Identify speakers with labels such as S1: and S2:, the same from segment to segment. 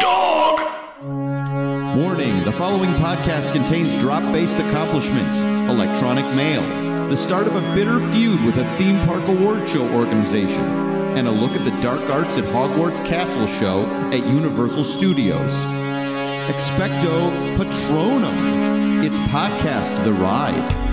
S1: Dog.
S2: Warning the following podcast contains drop based accomplishments, electronic mail, the start of a bitter feud with a theme park award show organization, and a look at the dark arts at Hogwarts Castle show at Universal Studios. Expecto Patronum. It's podcast The Ride.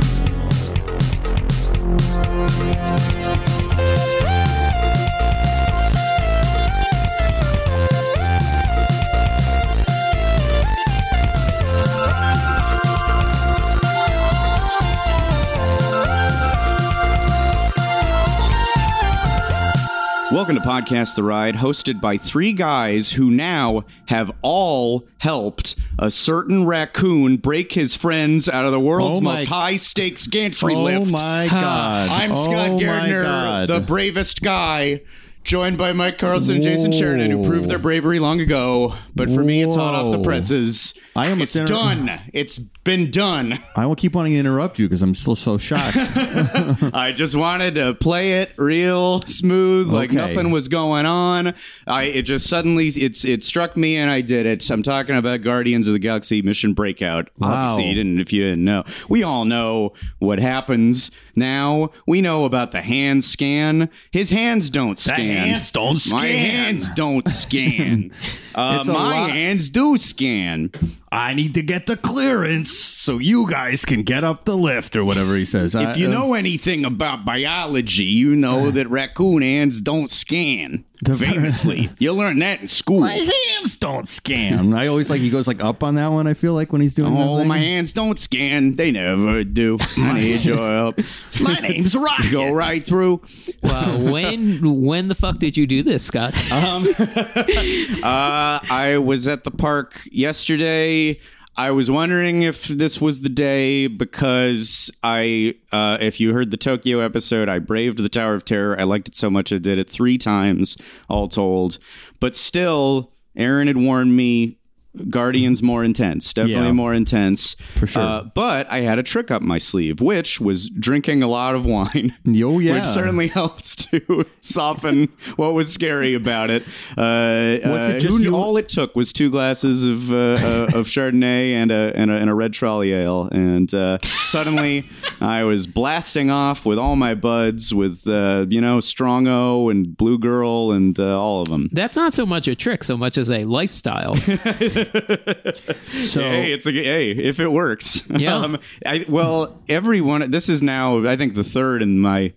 S3: Welcome to Podcast The Ride, hosted by three guys who now have all helped a certain raccoon break his friends out of the world's
S2: Oh my-
S3: most high stakes gantry
S2: oh
S3: lift.
S2: my god.
S3: I'm Scott
S2: oh my
S3: Gardner,
S2: God.
S3: the bravest guy, joined by Mike Carlson and Jason Sheridan, who proved their bravery long ago. But for me, it's hot off the
S2: Whoa.
S3: presses.
S2: I almost
S3: it's
S2: inter-
S3: done. It's been done.
S2: I will keep wanting to interrupt you because I'm still so shocked.
S3: I just wanted to play it real smooth, like
S2: Okay.
S3: nothing was going on. I it just suddenly it's it struck me and I did it. So I'm talking about Guardians of the Galaxy Mission Breakout. Obviously,
S2: Wow.
S3: you didn't if you didn't know. We all know what happens now. We know about the hand scan. His hands don't scan.
S2: hands don't
S3: My
S2: scan.
S3: hands don't scan. uh,
S2: It's a
S3: my
S2: lot.
S3: hands do scan.
S2: I need to get the clearance so you guys can get up the lift or whatever he says. uh,
S3: If
S4: um,
S3: you know anything about biology, you know that raccoon hands don't scan.
S2: The-
S3: famously, you learn that in school.
S2: hands don't scan. I always like he goes like up on that one. I feel like when he's doing. that
S3: Oh,
S2: thing.
S3: my hands don't scan. They never do. I need your help.
S2: My name's Rocket.
S3: Go right through.
S5: Well, when when the fuck did you do this, Scott?
S3: Uh, I was at the park yesterday. I was wondering if this was the day because I, uh, if you heard the Tokyo episode, I braved the Tower of Terror. I liked it so much I did it three times, all told. But still, Aaron had warned me. Guardians more intense, definitely
S2: Yeah.
S3: more intense for
S2: sure.
S3: but I had a trick up my sleeve, which was drinking a lot of wine.
S2: Oh, yeah.
S3: which certainly helps to soften what was scary about it. Uh,
S2: Was it
S3: uh,
S2: just
S3: who-
S2: you-
S3: all it took was two glasses of uh, uh, of Chardonnay and a, and a and a red trolley ale, and uh, suddenly I was blasting off with all my buds, with uh, you know Strong O and Blue Girl and uh, all of them.
S5: That's not so much a trick, so much as a lifestyle.
S2: So
S3: Hey, it's a hey. If it works, Um,
S5: Yeah.
S3: I, well, everyone. This is now, I think, the third in my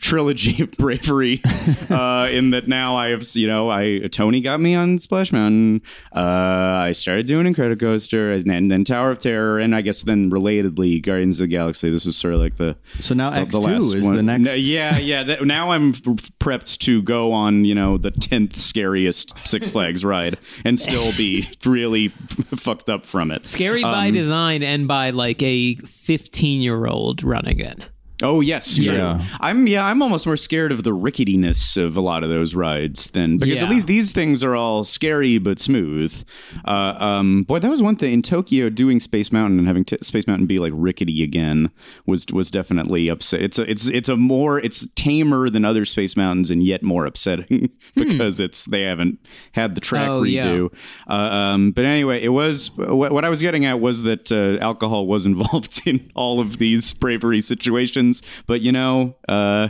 S3: trilogy of bravery. uh, in that now I have, you know, I Tony got me on Splash Mountain. Uh, I started doing Incredicoaster, and, and then Tower of Terror, and I guess then relatedly Guardians of the Galaxy. This was sort of like the
S2: so now
S3: the-
S2: X
S3: the last
S2: two is the
S3: one.
S2: next.
S3: No, yeah, yeah. That, now I'm f- prepped to go on, you know, the tenth scariest Six Flags ride and still be really fucked up from it.
S5: Scary by design and by like a 15 year old running it.
S3: Oh yes, true.
S2: Yeah.
S3: I'm yeah, I'm almost more scared of the ricketiness of a lot of those rides than because at
S5: Yeah.
S3: least these things are all scary but smooth. Uh, um, boy, that was one thing in Tokyo doing Space Mountain and having t- Space Mountain be like rickety again was was definitely upset. It's a, it's it's a more it's tamer than other Space Mountains and yet more upsetting because it's they haven't had the track
S5: Hmm. Oh, yeah.
S3: redo. Uh, um, but anyway, it was what, what I was getting at was that uh, alcohol was involved in all of these bravery situations. But you know, uh,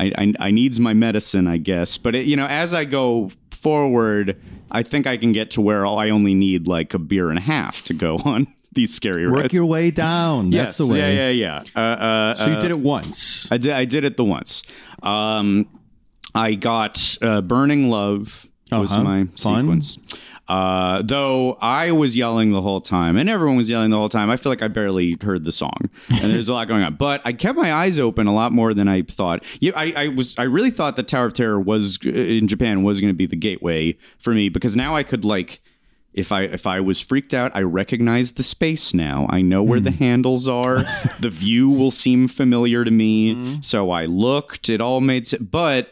S3: I, I I needs my medicine, I guess. But it, you know, as I go forward, I think I can get to where I only need like a beer and a half to go on these scary
S2: Work
S3: rides.
S2: your way down. That's
S3: yes,
S2: the way.
S3: Yeah, yeah, yeah. Uh, uh,
S2: So you did it once.
S3: I did. I did it the once. Um, I got uh, Burning Love, was
S4: Uh-huh.
S3: my
S4: Fun.
S3: sequence. Uh, though I was yelling the whole time, and everyone was yelling the whole time. I feel like I barely heard the song, and there's a lot going on. But I kept my eyes open a lot more than I thought. Yeah, I, I was. I really thought the Tower of Terror was uh, in Japan was going to be the gateway for me because now I could like. If I if I was freaked out, I recognize the space now. I know where the handles are. the view will seem familiar to me. So I looked. It all made sense. But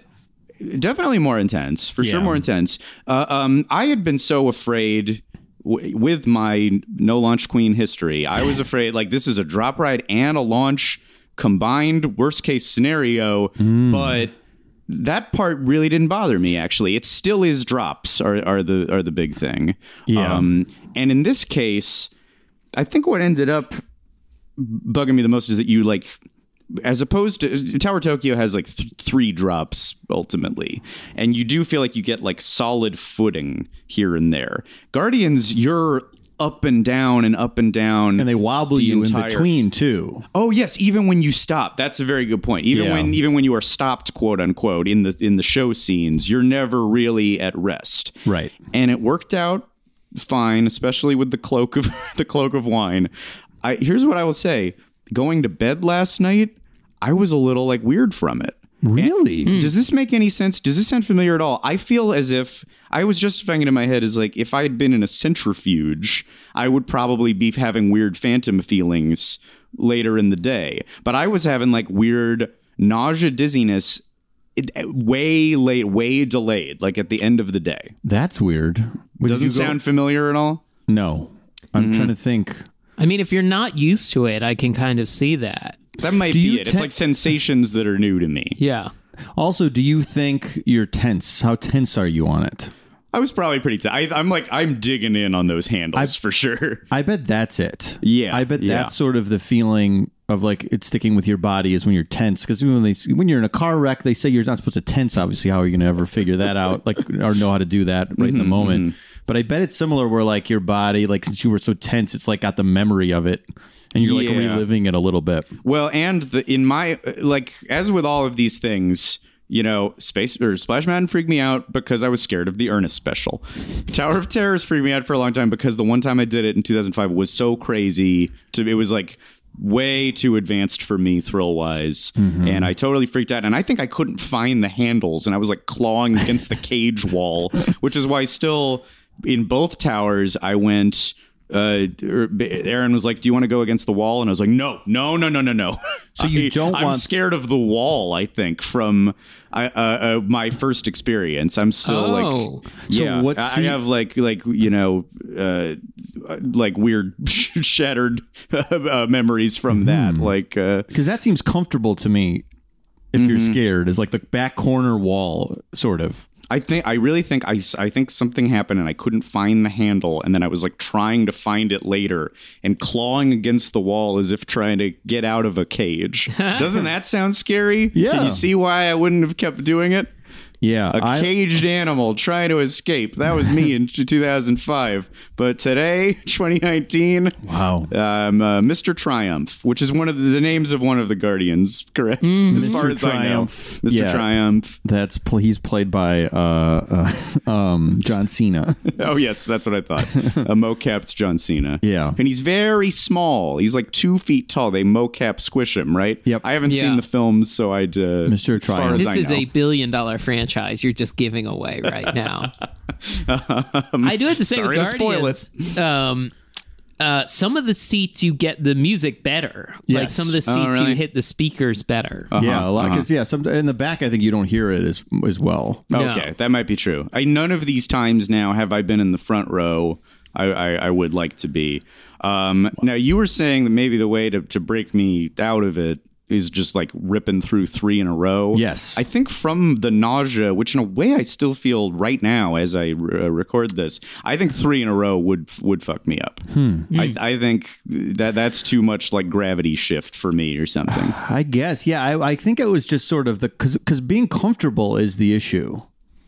S3: definitely more intense for sure
S6: Yeah.
S3: more intense uh, um, i had been so afraid w- with my no launch queen history i was afraid like this is a drop ride and a launch combined worst case scenario
S6: Hmm.
S3: but that part really didn't bother me actually it still is drops are, are the are the big thing
S6: Yeah.
S3: um, and in this case i think what ended up bugging me the most is that you like as opposed to Tower Tokyo has like th- three drops ultimately, and you do feel like you get like solid footing here and there. Guardians, you're up and down and up and down,
S4: And they wobble
S3: the
S4: you in
S3: entire-
S4: between too.
S3: Oh yes, even when you stop, that's a very good point. Even
S4: Yeah.
S3: when even when you are stopped, quote unquote, in the in the show scenes, you're never really at rest.
S4: Right.
S3: And it worked out fine, especially with the cloak of the cloak of wine. I here's what I will say: going to bed last night, I was a little like weird from it.
S4: Really?
S3: Does this make any sense? Does this sound familiar at all? I feel as if I was justifying it in my head as like if I had been in a centrifuge, I would probably be having weird phantom feelings later in the day. But I was having like weird nausea, dizziness, it- way late, way delayed, like at the end of the day.
S4: That's weird. What, did
S3: Doesn't
S4: you go-
S3: sound Mm-hmm. familiar at all.
S4: No. I'm trying to think.
S5: I mean, if you're not used to it, I can kind of see that.
S3: That might
S4: Do
S3: be
S4: you
S3: it.
S4: te-
S3: it's like sensations that are new to me.
S5: Yeah.
S4: Also, do you think you're tense? How tense are you on it?
S3: I was probably pretty. T- I, I'm like I'm digging in on those handles for sure.
S4: I bet that's it.
S3: Yeah,
S4: I bet
S3: yeah.
S4: that's sort of the feeling of like it's sticking with your body is when you're tense because when they when you're in a car wreck they say you're not supposed to tense. Obviously, how are you going to ever figure that out? Like or know how to do that right in
S3: Mm-hmm,
S4: the moment. But I bet it's similar where like your body like since you were so tense, it's like got the memory of it and you're like
S3: Yeah.
S4: reliving it a little bit.
S3: Well, and the in my like as with all of these things, you know, Space or Splash Mountain freaked me out because I was scared of the Ernest special. Tower of Terrors freaked me out for a long time because the one time I did it in 2005 was so crazy. To it was like way too advanced for me thrill wise and i totally freaked out and i think i couldn't find the handles and i was like clawing against the cage wall which is why still in both towers i went uh, er- Aaron was like, "Do you want to go against the wall?" And I was like, "No, no, no, no, no, no." So
S4: you don't
S3: I'm
S4: want-
S3: scared of the wall. I think from I, uh, uh, my first experience, I'm still
S5: Oh.
S3: like,
S4: So
S3: yeah,
S4: what
S3: I-
S4: scene-
S3: I have like like you know uh, like weird shattered uh, memories from that.
S4: Hmm.
S3: Like, uh,
S4: Because that seems comfortable to me. If you're
S3: Mm-hmm.
S4: scared, is like the back corner wall sort of.
S3: I think I really think I, s- I think something happened and I couldn't find the handle and then I was like trying to find it later and clawing against the wall as if trying to get out of a cage. Doesn't that sound scary?
S4: Yeah.
S3: Can you see why I wouldn't have kept doing it?
S4: Yeah,
S3: A
S4: I-
S3: caged animal trying to escape. That was me in 2005. But today, 2019,
S4: wow.
S3: um, uh, Mr. Triumph, which is one of the, the names of one of the Guardians, correct? As far as
S4: Mm-hmm. Triumph.
S3: I know, Mr.
S4: Yeah.
S3: Triumph.
S4: That's pl- he's played by uh, uh, um, John Cena.
S3: Oh yes, that's what I thought. A mocapped John Cena.
S4: Yeah.
S3: and he's very small. He's like two feet tall. They mocap squish him, right?
S4: Yep.
S3: I haven't
S5: Yeah.
S3: seen the films, so I'd uh,
S4: Mr.
S3: as far
S4: Triumph.
S3: as
S5: This
S3: I
S5: is
S3: know.
S5: a billion dollar franchise you're just giving away right now. I do have to say,
S3: Um, sorry to
S5: with
S3: spoil
S5: Guardians, um, uh, some of the seats you get the music better. Like
S4: Yes.
S5: some of the
S3: Oh,
S5: seats you
S3: really?
S5: hit the speakers better.
S4: yeah, a lot. Because yeah, some in the back, I think you don't hear it as as well.
S3: Okay, that might be true. I, none of these times now have I been in the front row. I, I, I would like to be. Um, now you were saying that maybe the way to, to break me out of it is just like ripping through three in a row.
S4: Yes.
S3: I think from the nausea, which in a way I still feel right now as I r- uh, record this, I think three in a row would would fuck me up.
S4: Hmm.
S3: I, I think that that's too much like gravity shift for me or something.
S4: I guess. Yeah, I, I think it was just sort of the because because being comfortable is the issue.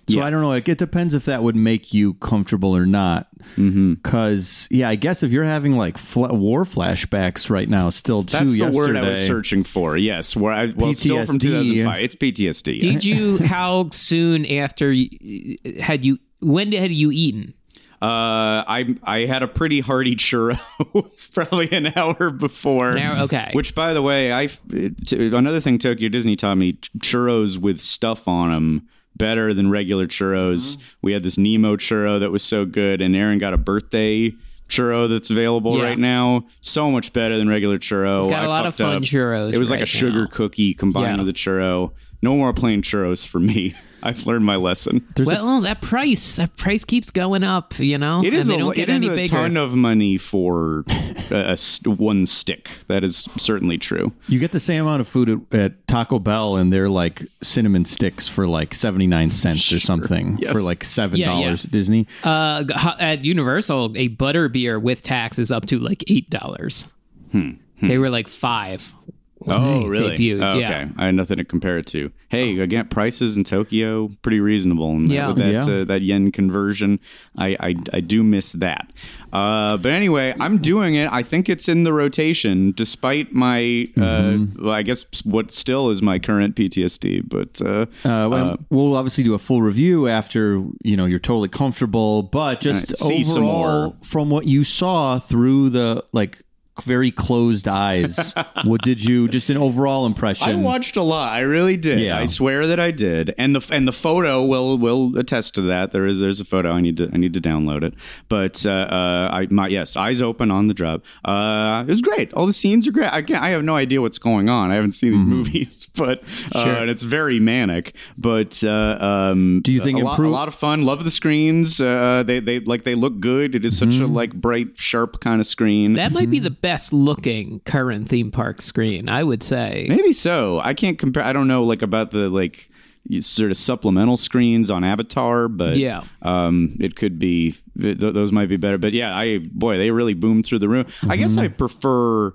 S4: So I don't know. Like, it depends if that would make you comfortable or not. Mm-hmm. Because yeah, I guess if you're having like fla- war flashbacks right now, still too.
S3: That's the word I was
S4: yesterday-
S3: searching for. Yes, where I well still from
S4: PTSD.
S3: 2005. It's PTSD.
S5: Did you? How soon after you, had you when had you eaten?
S3: Uh, I I had a pretty hearty churro, probably an hour before.
S5: An hour- okay.
S3: Mm-hmm. Which, by the way, I t- another thing Tokyo Disney taught me: ch- churros with stuff on them better than regular
S5: Mm-hmm.
S3: churros. We had this Nemo churro that was so good, and Aaron got a birthday churro that's available
S5: Yeah.
S3: right now. So much better than regular churro.
S5: We've got
S3: oh, I
S5: a lot of
S3: fucked
S5: fun
S3: up.
S5: churros
S3: It was like
S5: right
S3: a sugar
S5: now.
S3: cookie combined
S5: Yeah.
S3: with a churro. No more plain churros for me. I've learned my lesson.
S5: well, oh, that price, that price keeps going up. You know,
S3: It
S5: and
S3: is
S5: they
S3: a,
S5: don't
S3: it
S5: get
S3: is
S5: any
S3: a
S5: bigger.
S3: ton of money for a, a st- one stick. That is certainly true.
S4: You get the same amount of food at, at Taco Bell, and they're like cinnamon sticks for like seventy nine cents or something
S3: Yes.
S4: for like seven
S5: Yeah,
S4: dollars
S5: yeah.
S4: at Disney.
S5: uh, g- ho- at Universal, a butter beer with tax is up to like eight dollars.
S3: Hmm,
S5: They were like five. when they Debuted.
S3: Oh, okay.
S5: Yeah.
S3: I had nothing to compare it to. Hey, again, prices in Tokyo pretty reasonable. And that-
S5: Yeah.
S3: with that
S4: Yeah.
S3: uh, that yen conversion, I, I I do miss that. Uh, but anyway, I'm doing it. I think it's in the rotation, despite my uh, well, I guess what still is my current PTSD. But uh,
S4: Uh, well,
S5: um,
S4: we'll obviously do a full review after you know you're totally comfortable, but just
S3: All right, see some more.
S4: overall from what you saw through the like very closed eyes, what did you just an overall impression?
S3: I watched a lot. I really did.
S4: Yeah.
S3: I swear that I did. And the and the photo will will attest to that. There is there's a photo. I need to I need to download it. But uh, uh, I my yes, eyes open on the drop. Uh, it was great. All the scenes are great. I can't, I have no idea what's going on. I haven't seen
S4: Mm-hmm.
S3: these movies, but uh, and it's very manic. But uh, um,
S4: Do you think
S3: a, lot, a
S4: improve-
S3: lot of fun? Love the screens. Uh, they they like they look good. It is such
S4: Mm-hmm.
S3: a like bright, sharp kind of screen.
S5: That might be the best looking current theme park screen, I would say.
S3: Maybe so. I can't compare. I don't know, like about the like you- sort of supplemental screens on Avatar, but
S5: Yeah.
S3: um, it could be th- th- those might be better. But yeah, I boy, they really boomed through the room. I guess
S4: Mm-hmm.
S3: I prefer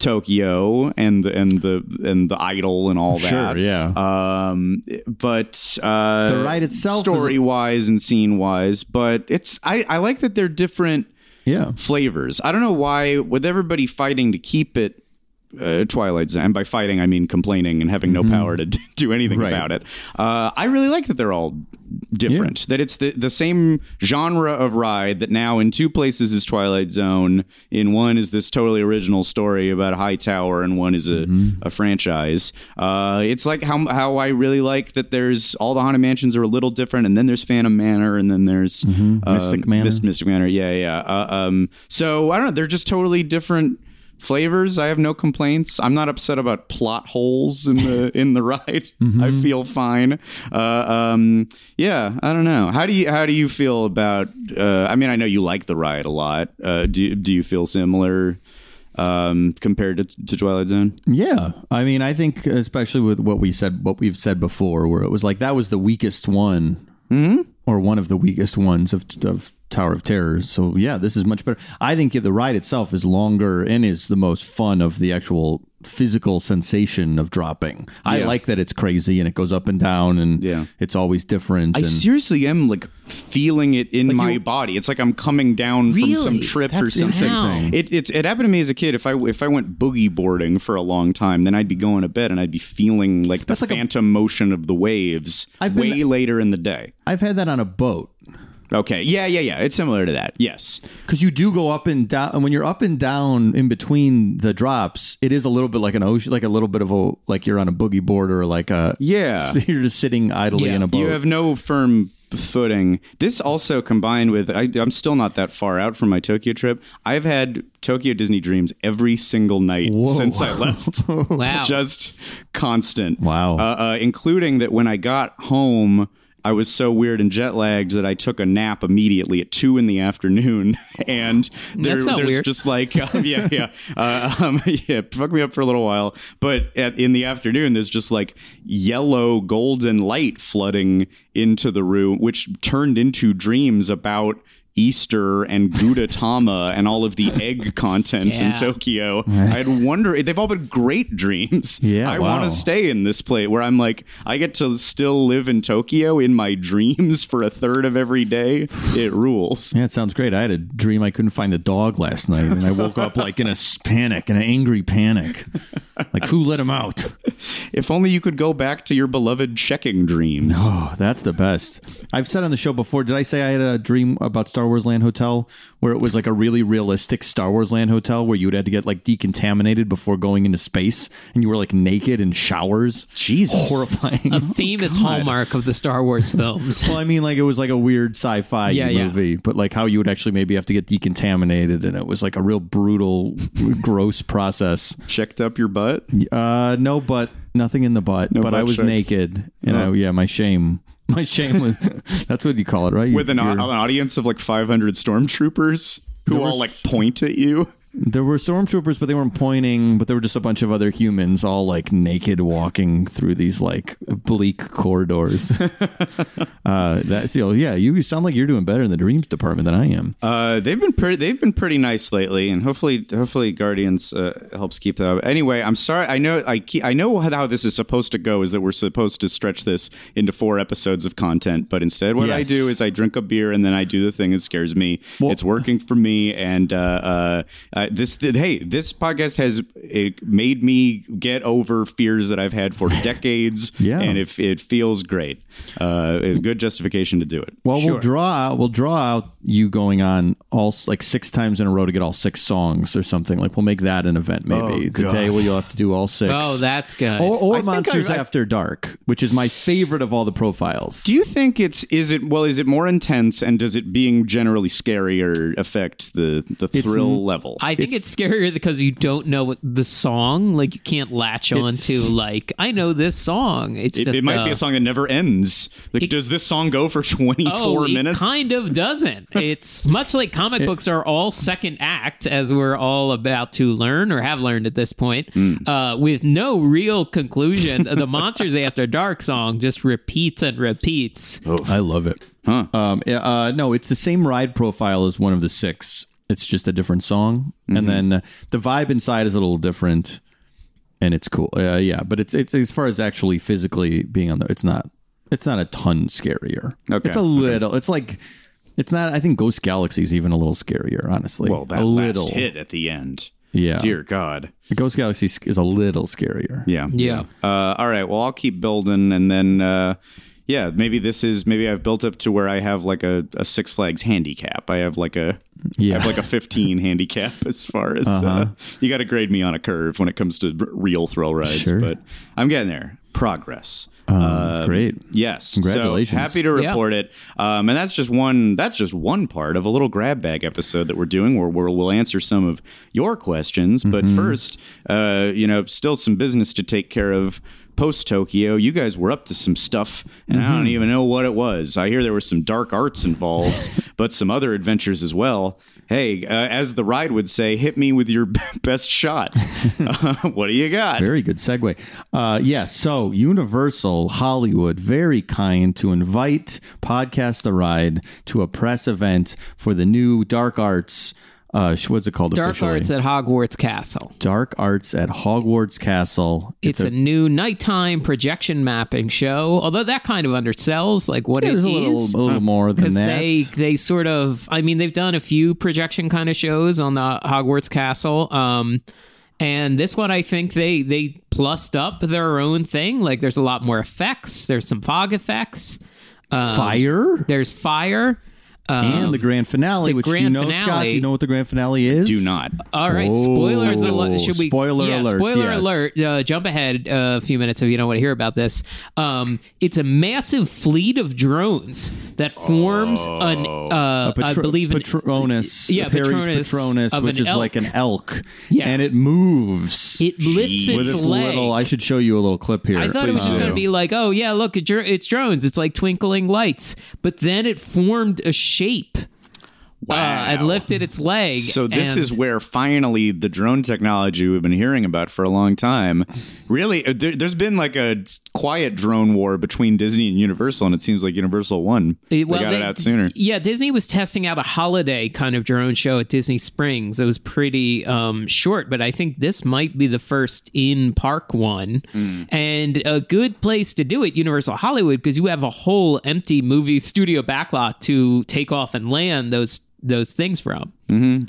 S3: Tokyo and the and the and the Idol and all that.
S4: Sure, yeah.
S3: Um, but uh,
S4: The ride itself is-
S3: story wise and scene wise, but it's I I like that they're different
S4: yeah,
S3: flavors. I don't know why, with everybody fighting to keep it uh, Twilight Zone, and by fighting I mean complaining and having no power to do anything
S4: Mm-hmm. Right.
S3: about it. Uh, I really like that they're all different. That it's the the same genre of ride that now in two places is Twilight Zone. In one is this totally original story about a high tower, and one is a,
S4: Mm-hmm.
S3: a franchise. Uh, it's like how how I really like that there's all the haunted mansions are a little different, and then there's Phantom Manor, and then there's um,
S4: Mm-hmm. Mystic Manor.
S3: Mist- Mystic Manor. Yeah, yeah. Uh, um, so I don't know. They're just totally different flavors. I have no complaints. I'm not upset about plot holes in the in the ride. I feel fine. Uh, um, yeah, I don't know. How do you how do you feel about? Uh, I mean, I know you like the ride a lot. Uh, do you- do you feel similar um, compared to, to Twilight Zone?
S4: yeah. I mean, I think especially with what we said, what we've said before, where it was like that was the weakest one,
S3: Mm-hmm.
S4: or one of the weakest ones of of Tower of Terror. So yeah, this is much better. I think the ride itself is longer and is the most fun of the actual physical sensation of dropping. I
S3: Yeah.
S4: like that it's crazy and it goes up and down and
S3: Yeah.
S4: it's always different.
S3: I
S4: and
S3: seriously am like feeling it in my
S4: you-
S3: body. It's like I'm coming down from some
S5: Really?
S3: trip or
S4: That's
S3: something.
S4: interesting.
S3: It, it's it happened to me as a kid. If I if I went boogie boarding for a long time, then I'd be going to bed and I'd be feeling like the
S4: That's like a-
S3: phantom motion of the waves
S4: I've been-
S3: way later in the day.
S4: I've had that on a boat.
S3: Okay, yeah, yeah, yeah. It's similar to that. Yes,
S4: Because you do go up and down, and when you're up and down in between the drops, it is a little bit like an ocean, like a little bit of a like you're on a boogie board or like a
S3: yeah.
S4: You're just sitting idly
S5: Yeah.
S4: in a boat.
S3: You have no firm footing. This also combined with I, I'm still not that far out from my Tokyo trip. I've had Tokyo Disney dreams every single night since I left.
S5: Wow.
S3: Just constant.
S4: Wow.
S3: Uh, uh, including that when I got home. I was so weird and jet lagged that I took a nap immediately at two in the afternoon, and there,
S5: That's not
S3: there's
S5: weird.
S3: just like um, yeah, yeah, uh, um, yeah, fuck me up for a little while. But at, in the afternoon, there's just like yellow golden light flooding into the room, which turned into dreams about. Easter and Gudetama and all of the egg content in
S5: Yeah.
S3: Tokyo. I'd wonder, they've all been great dreams.
S4: Yeah,
S3: I
S4: wow.
S3: want to stay in this place where I'm like, I get to still live in Tokyo in my dreams for a third of every day. It rules.
S4: Yeah, it sounds great. I had a dream I couldn't find the dog last night, and I woke up like in a s- panic, in an angry panic. Like, who let him out?
S3: if only you could go back to your beloved checking dreams.
S4: Oh, that's the best. I've said on the show before, did I say I had a dream about Star Wars Land Hotel where it was like a really realistic Star Wars Land Hotel where you'd had to get like decontaminated before going into space and you were like naked in showers?
S3: Jesus.
S4: Horrifying.
S3: Oh,
S5: A theme is hallmark of the Star Wars films.
S4: Well, I mean, like it was like a weird sci-fi
S5: Yeah, yeah.
S4: movie, but like how you would actually maybe have to get decontaminated, and it was like a real brutal, gross process.
S3: Checked up your butt?
S4: Uh, no butt, nothing in the butt, but
S3: butt
S4: I was
S3: sex.
S4: naked, and
S3: Oh.
S4: I, yeah, my shame, my shame was that's what you call it, right?
S3: With an,
S4: Your-
S3: an audience of like 500 stormtroopers who all like point at you.
S4: there were stormtroopers, but they weren't pointing, but there were just a bunch of other humans, all like naked, walking through these like bleak corridors. uh, that's you know, yeah, you sound like you're doing better in the dreams department than I am.
S3: Uh, they've been pretty. They've been pretty nice lately, and hopefully, hopefully, Guardians uh, helps keep that up. Anyway, I'm sorry. I know. I keep, I know how this is supposed to go. Is that we're supposed to stretch this into four episodes of content, but instead, what I
S4: Yes.
S3: do is I drink a beer and then I do the thing that scares me. it's working for me, and uh, uh, uh, this. Th- hey, this podcast has it made me get over fears that I've had for decades.
S4: Yeah.
S3: and it, it feels great. Uh, a good justification to do it.
S4: Well, we'll draw out. We'll draw out you going on all s- like six times in a row to get all six songs or something. Like we'll make that an event
S3: Oh,
S4: maybe. the day where you'll have to do all six.
S5: Oh, that's good.
S4: or, or
S3: I think
S4: Monsters
S3: I- I-
S4: After Dark, which is my favorite of all the profiles.
S3: Do you think it's is it well is it more intense and does it being generally scarier affect the the thrill level?
S5: I think it's, scarier because you don't know what the song. Like you can't latch on to like I know this song. It's
S3: it,
S5: just
S3: it might
S5: uh,
S3: be a song that never ends. Like, does this song go for twenty
S5: Oh,
S3: four
S5: it
S3: minutes?
S5: kind of doesn't. It's much like comic books are all second act, as we're all about to learn or have learned at this point, uh, with no real conclusion. the Monsters After Dark song just repeats and repeats.
S4: I love it. Huh. Um, yeah, uh, no, it's the same ride profile as one of the six. It's just a different song,
S3: Mm-hmm.
S4: and then uh, the vibe inside is a little different, and it's cool. Uh, yeah, but it's it's as far as actually physically being on there, it's not it's not a ton scarier.
S3: Okay,
S4: it's a
S3: okay.
S4: little. It's like it's not. I think Ghost Galaxy is even a little scarier, honestly.
S3: well, that
S4: a
S3: last
S4: little
S3: hit at the end.
S4: Yeah,
S3: Dear God.
S4: Ghost Galaxy is- is a little scarier.
S3: Yeah.
S5: Yeah.
S3: Uh, all right. Well, I'll keep building, and then uh, yeah, maybe this is maybe I've built up to where I have like a, a Six Flags handicap. I have like a
S4: Yeah. Uh-huh.
S3: I have like a fifteen handicap as far as uh you got to grade me on a curve when it comes to r- real thrill rides.
S4: Sure.
S3: But I'm getting there. Progress. Uh,
S4: Um, great.
S3: Yes. So
S4: Congratulations.
S3: happy to
S5: Yeah.
S3: report it. Um, and that's just one. That's just one part of a little grab bag episode that we're doing, where we'll, we'll answer some of your questions. But
S4: Mm-hmm.
S3: first, uh, you know, still some business to take care of. Post Tokyo, you guys were up to some stuff, and I
S4: Mm-hmm.
S3: don't even know what it was. I hear there were some dark arts involved, but some other adventures as well. Hey, uh, as the ride would say, hit me with your best shot. Uh, what do you got?
S4: Very good segue. Uh, yeah, so Universal Hollywood, very kind to invite Podcast The Ride to a press event for the new Dark Arts. Uh, sh- what's it called
S5: Dark
S4: officially?
S5: Arts at Hogwarts Castle.
S4: Dark Arts at Hogwarts Castle.
S5: It's, a, new nighttime projection mapping show. Although that kind of undersells like what
S4: Yeah,
S5: it
S4: there's
S5: is.
S4: a little, a little more than
S5: because
S4: that.
S5: they they sort of I mean they've done a few projection kind of shows on the Hogwarts Castle, um, and this one I think they they plussed up their own thing. Like there's a lot more effects. There's some fog effects.
S4: Fire
S5: There's fire. Um,
S4: and the grand finale,
S5: the
S4: which you
S5: grand
S4: know, Scott. Do
S5: finale-
S4: you know what the grand finale is?
S3: Do not.
S5: all right,
S4: Oh,
S5: spoilers alert. Should we
S4: spoiler
S5: yeah,
S4: alert,
S5: Spoiler
S4: yes.
S5: alert. Uh, jump ahead uh, a few minutes if you don't want to hear about this. Um, it's a massive fleet of drones that forms an uh, I
S4: Oh. Patro-
S5: believe an
S4: Patronus,
S5: yeah,
S4: Perry's
S5: Patronus
S4: Patronus,
S5: of
S4: which
S5: an
S4: is like an elk,
S5: Yeah.
S4: and it moves.
S5: It lifts
S4: with
S5: its, leg.
S4: little. I should show you a little clip here.
S5: I thought it was
S4: Please
S5: just
S4: do.
S5: going to be like, oh yeah, look, it dr- it's drones. It's like twinkling lights. But then it formed a shape uh, and lifted its leg.
S3: So this
S5: and-
S3: is where finally the drone technology we've been hearing about for a long time. Really, uh, there, there's been like a quiet drone war between Disney and Universal, and it seems like Universal won.
S5: It- Eh, well,
S3: they got it
S5: they-
S3: out sooner.
S5: Yeah, Disney was testing out a holiday kind of drone show at Disney Springs. It was pretty um, short, but I think this might be the first in park one.
S3: Hmm.
S5: And a good place to do it, Universal Hollywood, because you have a whole empty movie studio backlot to take off and land those those things from.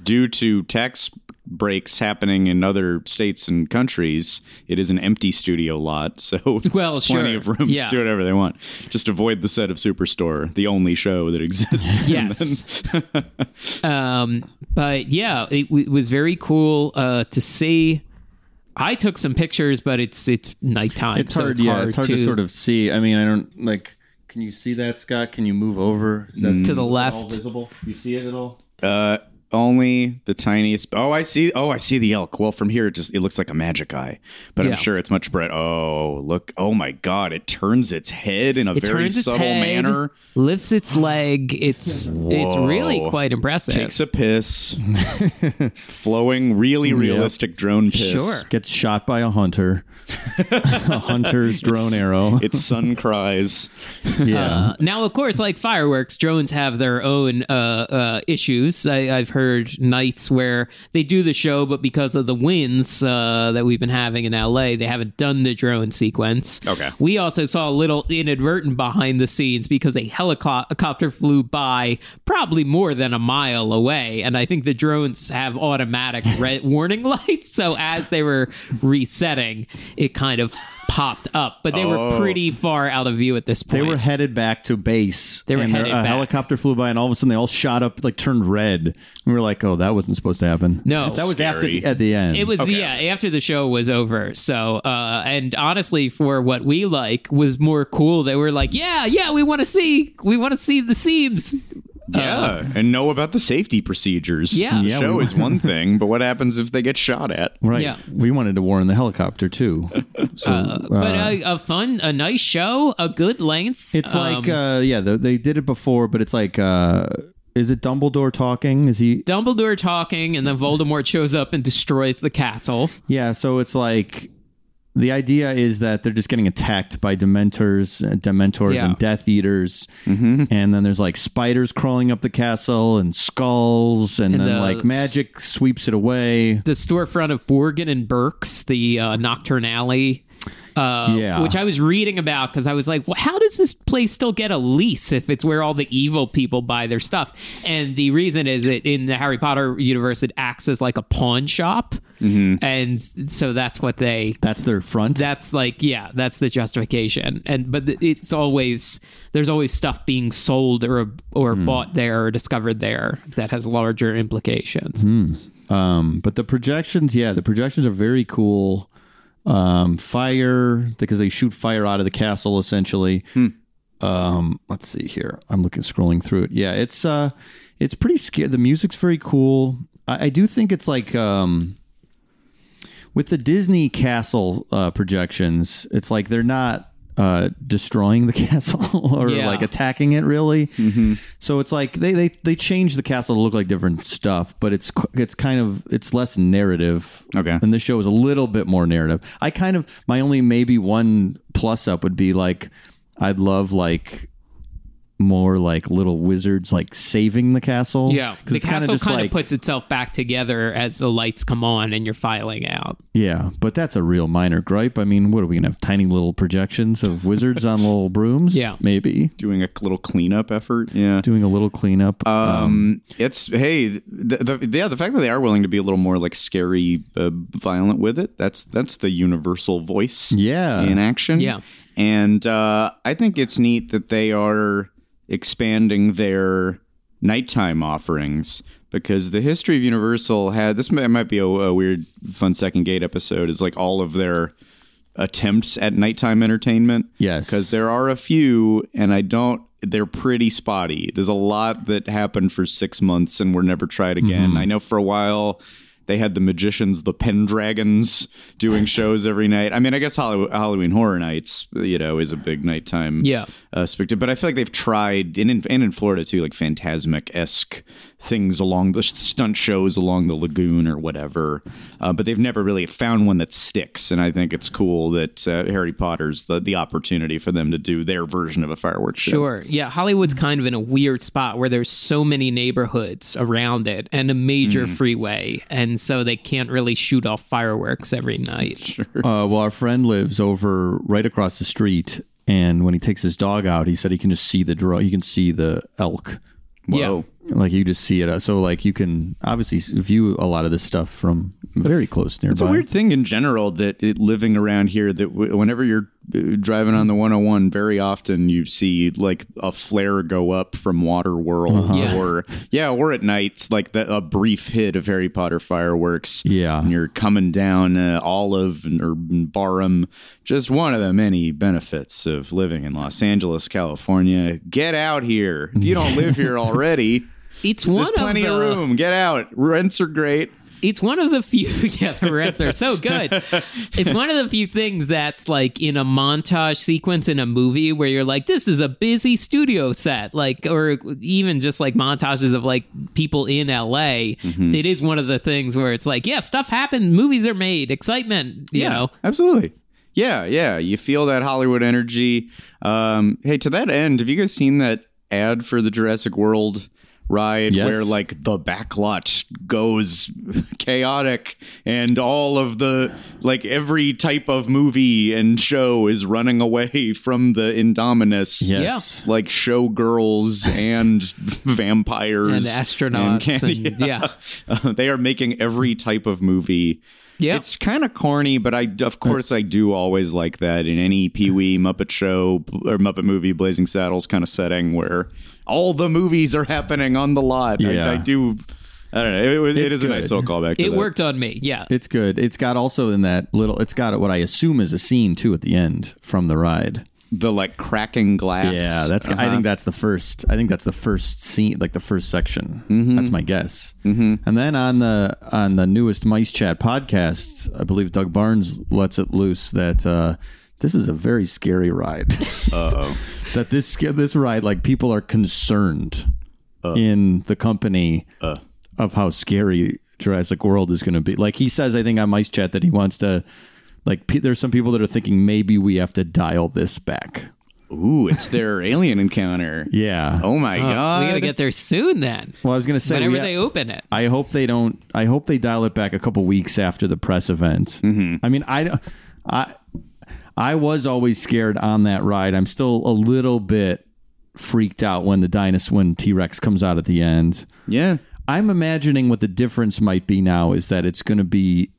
S3: Due to tax breaks happening in other states and countries, it is an empty studio lot, so
S5: Well,
S3: there's
S5: sure.
S3: plenty of room
S5: Yeah.
S3: to do whatever they want. Just avoid the set of Superstore, the only show that exists.
S5: Yes. um, but yeah, it, w- was very cool uh, to see. I took some pictures, but it's it's nighttime.
S4: It's
S5: so
S4: hard,
S5: It's
S4: yeah.
S5: hard
S4: it's hard to, sort of see. I mean, I don't like. Can you see that, Scott? Can you move over? Is that
S5: to the
S4: all
S5: left.
S4: visible? You see it at all?
S3: Uh, only the tiniest. Oh, I see. Oh, I see the elk. Well, from here, it just it looks like a magic eye, but
S5: Yeah.
S3: I'm sure it's much brighter. Oh, look! Oh my God! It turns its head in a
S5: It
S3: very
S5: turns its
S3: subtle
S5: head,
S3: manner.
S5: lifts its leg. It's it's really
S3: Whoa.
S5: quite impressive.
S3: Takes a piss, flowing, really realistic drone piss.
S5: Sure.
S4: Gets shot by a hunter. a hunter's drone arrow.
S3: Its sun cries.
S4: yeah.
S5: Uh, now, of course, like fireworks, drones have their own uh, uh, issues. I, I've heard nights where they do the show, but because of the winds uh, that we've been having in LA, they haven't done the drone sequence.
S3: Okay.
S5: We also saw a little inadvertent behind the scenes because a helicopter flew by probably more than a mile away. And I think the drones have automatic red warning lights. So as they were resetting, it kind of popped up. But they were pretty far out of view at this
S4: Oh. they
S5: point.
S4: were headed back to base.
S5: They were
S4: and their-
S5: headed
S4: a
S5: back.
S4: helicopter flew by, and all of a sudden they all shot up, like turned red. And we were like, "Oh, that wasn't supposed to happen."
S5: No.
S4: that was after
S3: Scary.
S4: the, at the end.
S5: It was yeah after the show was over. So uh, and honestly, for what we like was more cool. They were like, yeah, yeah, we want to see, we want to see the seams. Uh,
S3: Yeah, and know about the safety procedures.
S5: Yeah.
S3: the
S5: Yeah,
S3: show
S4: we-
S3: is one thing, but what happens if they get shot at?
S4: right.
S5: yeah.
S4: We wanted to warn the helicopter too. So,
S5: But
S4: uh,
S5: a, a fun, a nice show, a good length.
S4: It's
S5: Um,
S4: like uh, yeah, they, they did it before, but it's like uh, is it Dumbledore talking? Is he
S5: Dumbledore talking, and then Voldemort shows up and destroys the castle.
S4: Yeah, so it's like the idea is that they're just getting attacked by dementors, uh, dementors
S5: Yeah. Mm-hmm.
S4: and death eaters. And then there's like spiders crawling up the castle and skulls and,
S5: And
S4: then
S5: the-
S4: like magic sweeps it away.
S5: the storefront of Borgin and Burke's, the uh, Nocturne Alley, uh,
S4: Yeah.
S5: which I was reading about because I was like, well, how does this place still get a lease if it's where all the evil people buy their stuff? And the reason is that in the Harry Potter universe, it acts as like a pawn shop. And so that's what they
S4: That's their front.
S5: that's like yeah that's the justification and but th- it's always there's always stuff being sold or or bought there or discovered there that has larger implications
S4: um, but the projections, yeah, the projections are very cool. Um, fire because they shoot fire out of the castle essentially. Um, let's see here. I'm looking scrolling through it. Yeah, it's uh, it's pretty scary. The music's very cool. I, I do think it's like um, with the Disney castle uh, projections, it's like they're not uh, destroying the castle or
S5: Yeah.
S4: like attacking it really. Mm-hmm. So it's like they they they change the castle to look like different stuff, but it's qu- it's kind of it's less narrative.
S3: Okay.
S4: and this show is a little bit more narrative. I kind of my only maybe one plus up would be like I'd love like more like little wizards like saving the castle.
S5: Yeah,
S4: because
S5: the
S4: it's kind of
S5: castle
S4: just
S5: kind of
S4: like
S5: puts itself back together as the lights come on and you're filing out.
S4: yeah, but that's a real minor gripe. I mean, what are we gonna have tiny little projections of wizards on little brooms?
S5: Yeah.
S4: maybe
S3: Doing a little cleanup effort. Yeah.
S4: doing a little cleanup.
S3: Um, it's hey, the, the, yeah, the fact that they are willing to be a little more like scary, uh, violent with it. That's that's the universal voice.
S4: Yeah.
S3: in action.
S5: Yeah.
S3: and uh, I think it's neat that they are expanding their nighttime offerings because the history of Universal had this might, might be a, a weird, fun second gate episode. Is like all of their attempts at nighttime entertainment.
S4: Yes.
S3: because there are a few, and I don't. They're pretty spotty. There's a lot that happened for six months and were never tried again. I know for a while they had the magicians, the Pendragons, doing shows every night. I mean, I guess Hallow- Halloween Horror Nights, you know, is a big nighttime
S5: Yeah.
S3: uh, spectac- But I feel like they've tried, and in, and in Florida too, like phantasmic esque things along the stunt shows along the lagoon or whatever. Uh, but they've never really found one that sticks. And I think it's cool that uh, Harry Potter's the, the opportunity for them to do their version of a fireworks show.
S5: Sure. Yeah, Hollywood's kind of in a weird spot where there's so many neighborhoods around it and a major freeway, and so they can't really shoot off fireworks every night.
S4: Uh, well, our friend lives over right across the street, and when he takes his dog out, he said he can just see the draw. He can see the elk
S3: Whoa.
S4: Like you just see it. So like you can obviously s- view a lot of this stuff from very close nearby.
S3: It's a weird thing in general that it, living around here that w- whenever you're uh, driving on the 101, very often you see like a flare go up from Water World
S5: Yeah.
S3: or yeah, or at nights like the, a brief hit of Harry Potter fireworks.
S4: Yeah.
S3: and you're coming down uh, Olive and, or Barham. Just one of the many benefits of living in Los Angeles, California. Get out here if you don't live here already.
S5: It's
S3: There's
S5: one
S3: plenty
S5: of
S3: of
S5: the,
S3: room. Get out. Rents are great.
S5: It's one of the few. Yeah, the reds are so good. it's one of the few things that's like in a montage sequence in a movie where you're like, this is a busy studio set, like, or even just like montages of like people in LA. It is one of the things where it's like, yeah, stuff happened. Movies are made. Excitement. You know.
S3: absolutely. Yeah, yeah. You feel that Hollywood energy. Um, hey, to that end, have you guys seen that ad for the Jurassic World ride
S4: Yes.
S3: where like the backlot goes chaotic and all of the like every type of movie and show is running away from the Indominus.
S4: Yes.
S3: Like showgirls and vampires
S5: And astronauts.
S3: candy-
S5: And, yeah.
S3: Uh, they are making every type of movie.
S5: Yeah.
S3: It's kind of corny, but I of course I do always like that in any Pee Wee Muppet show or Muppet movie, Blazing Saddles kind of setting where all the movies are happening on the lot. I-
S4: Yeah.
S3: I, do. I don't know. It, was- it
S4: It's
S3: is a nice
S4: good.
S3: little callback. To
S5: It
S3: that.
S5: worked on me. Yeah.
S4: It's good. It's got also in that little. It's got what I assume is a scene too at the end from the ride.
S3: The like cracking glass. Uh-huh.
S4: Yeah, that's. I think that's the first. I think that's the first scene, like the first section. That's my guess. Mm-hmm. And then on the on the newest Mice Chat podcast, I believe Doug Barnes lets it loose that uh, this is a very scary ride. Uh oh. that this this ride, like people are concerned Uh. in the company of how scary Jurassic World is going to be. Like he says, I think on Mice Chat that he wants to. Like pe- there's some people that are thinking maybe we have to dial this back.
S3: Ooh, it's their alien encounter.
S4: Yeah.
S3: Oh my god.
S5: we gotta get there soon then.
S4: Well, I was gonna say
S5: Whenever
S4: we-
S5: they open it.
S4: I hope they don't. I hope they dial it back a couple weeks after the press event. Mm-hmm. I mean, I, I, I was always scared on that ride. I'm still a little bit freaked out when the dinosaur when T Rex comes out at the end.
S3: yeah.
S4: I'm imagining what the difference might be now is that it's going to be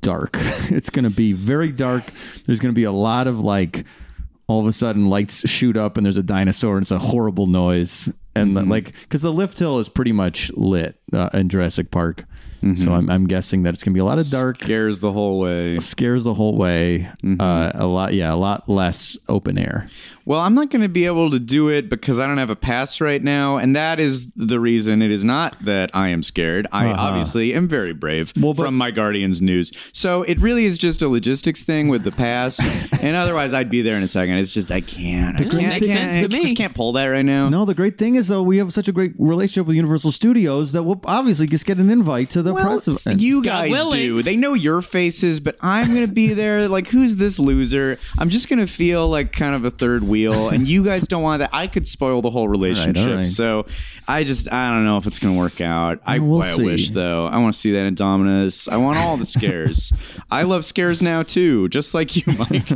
S4: dark. it's going to be very dark. There's going to be a lot of like all of a sudden lights shoot up and there's a dinosaur and it's a horrible noise and
S3: Mm-hmm.
S4: like because the lift hill is pretty much lit uh, in Jurassic Park, so I'm, I'm guessing that it's going to be a lot of dark.
S3: Mm-hmm. Scares Mm-hmm. the whole way.
S4: Scares the whole way. Uh, a lot, yeah, a lot less open air.
S3: Well, I'm not going to be able to do it because I don't have a pass right now, and that is the reason. It is not that I am scared. I
S5: Uh-huh.
S3: obviously am very brave
S4: but-
S3: from my Guardians news. So it really is just a logistics thing with the pass, and otherwise I'd be there in a second. It's just I can't. I can't.
S5: makes
S3: I
S5: sense to
S3: can't- I
S5: me.
S3: just can't pull that right now.
S4: No, the great thing is though we have such a great relationship with Universal Studios that we'll obviously just get an invite to the
S3: Well,
S4: press event.
S3: you
S5: God
S3: guys
S5: willing.
S3: do. They know your faces, but I'm gonna be there. Like, who's this loser? I'm just gonna feel like kind of a third wheel, and you guys don't want that. I could spoil the whole relationship.
S4: right.
S3: So I just I don't know if it's gonna work out. I,
S4: We'll
S3: I
S4: see.
S3: wish though. I want to see that Indominus. I want all the scares. I love scares now too, just like you, Mike.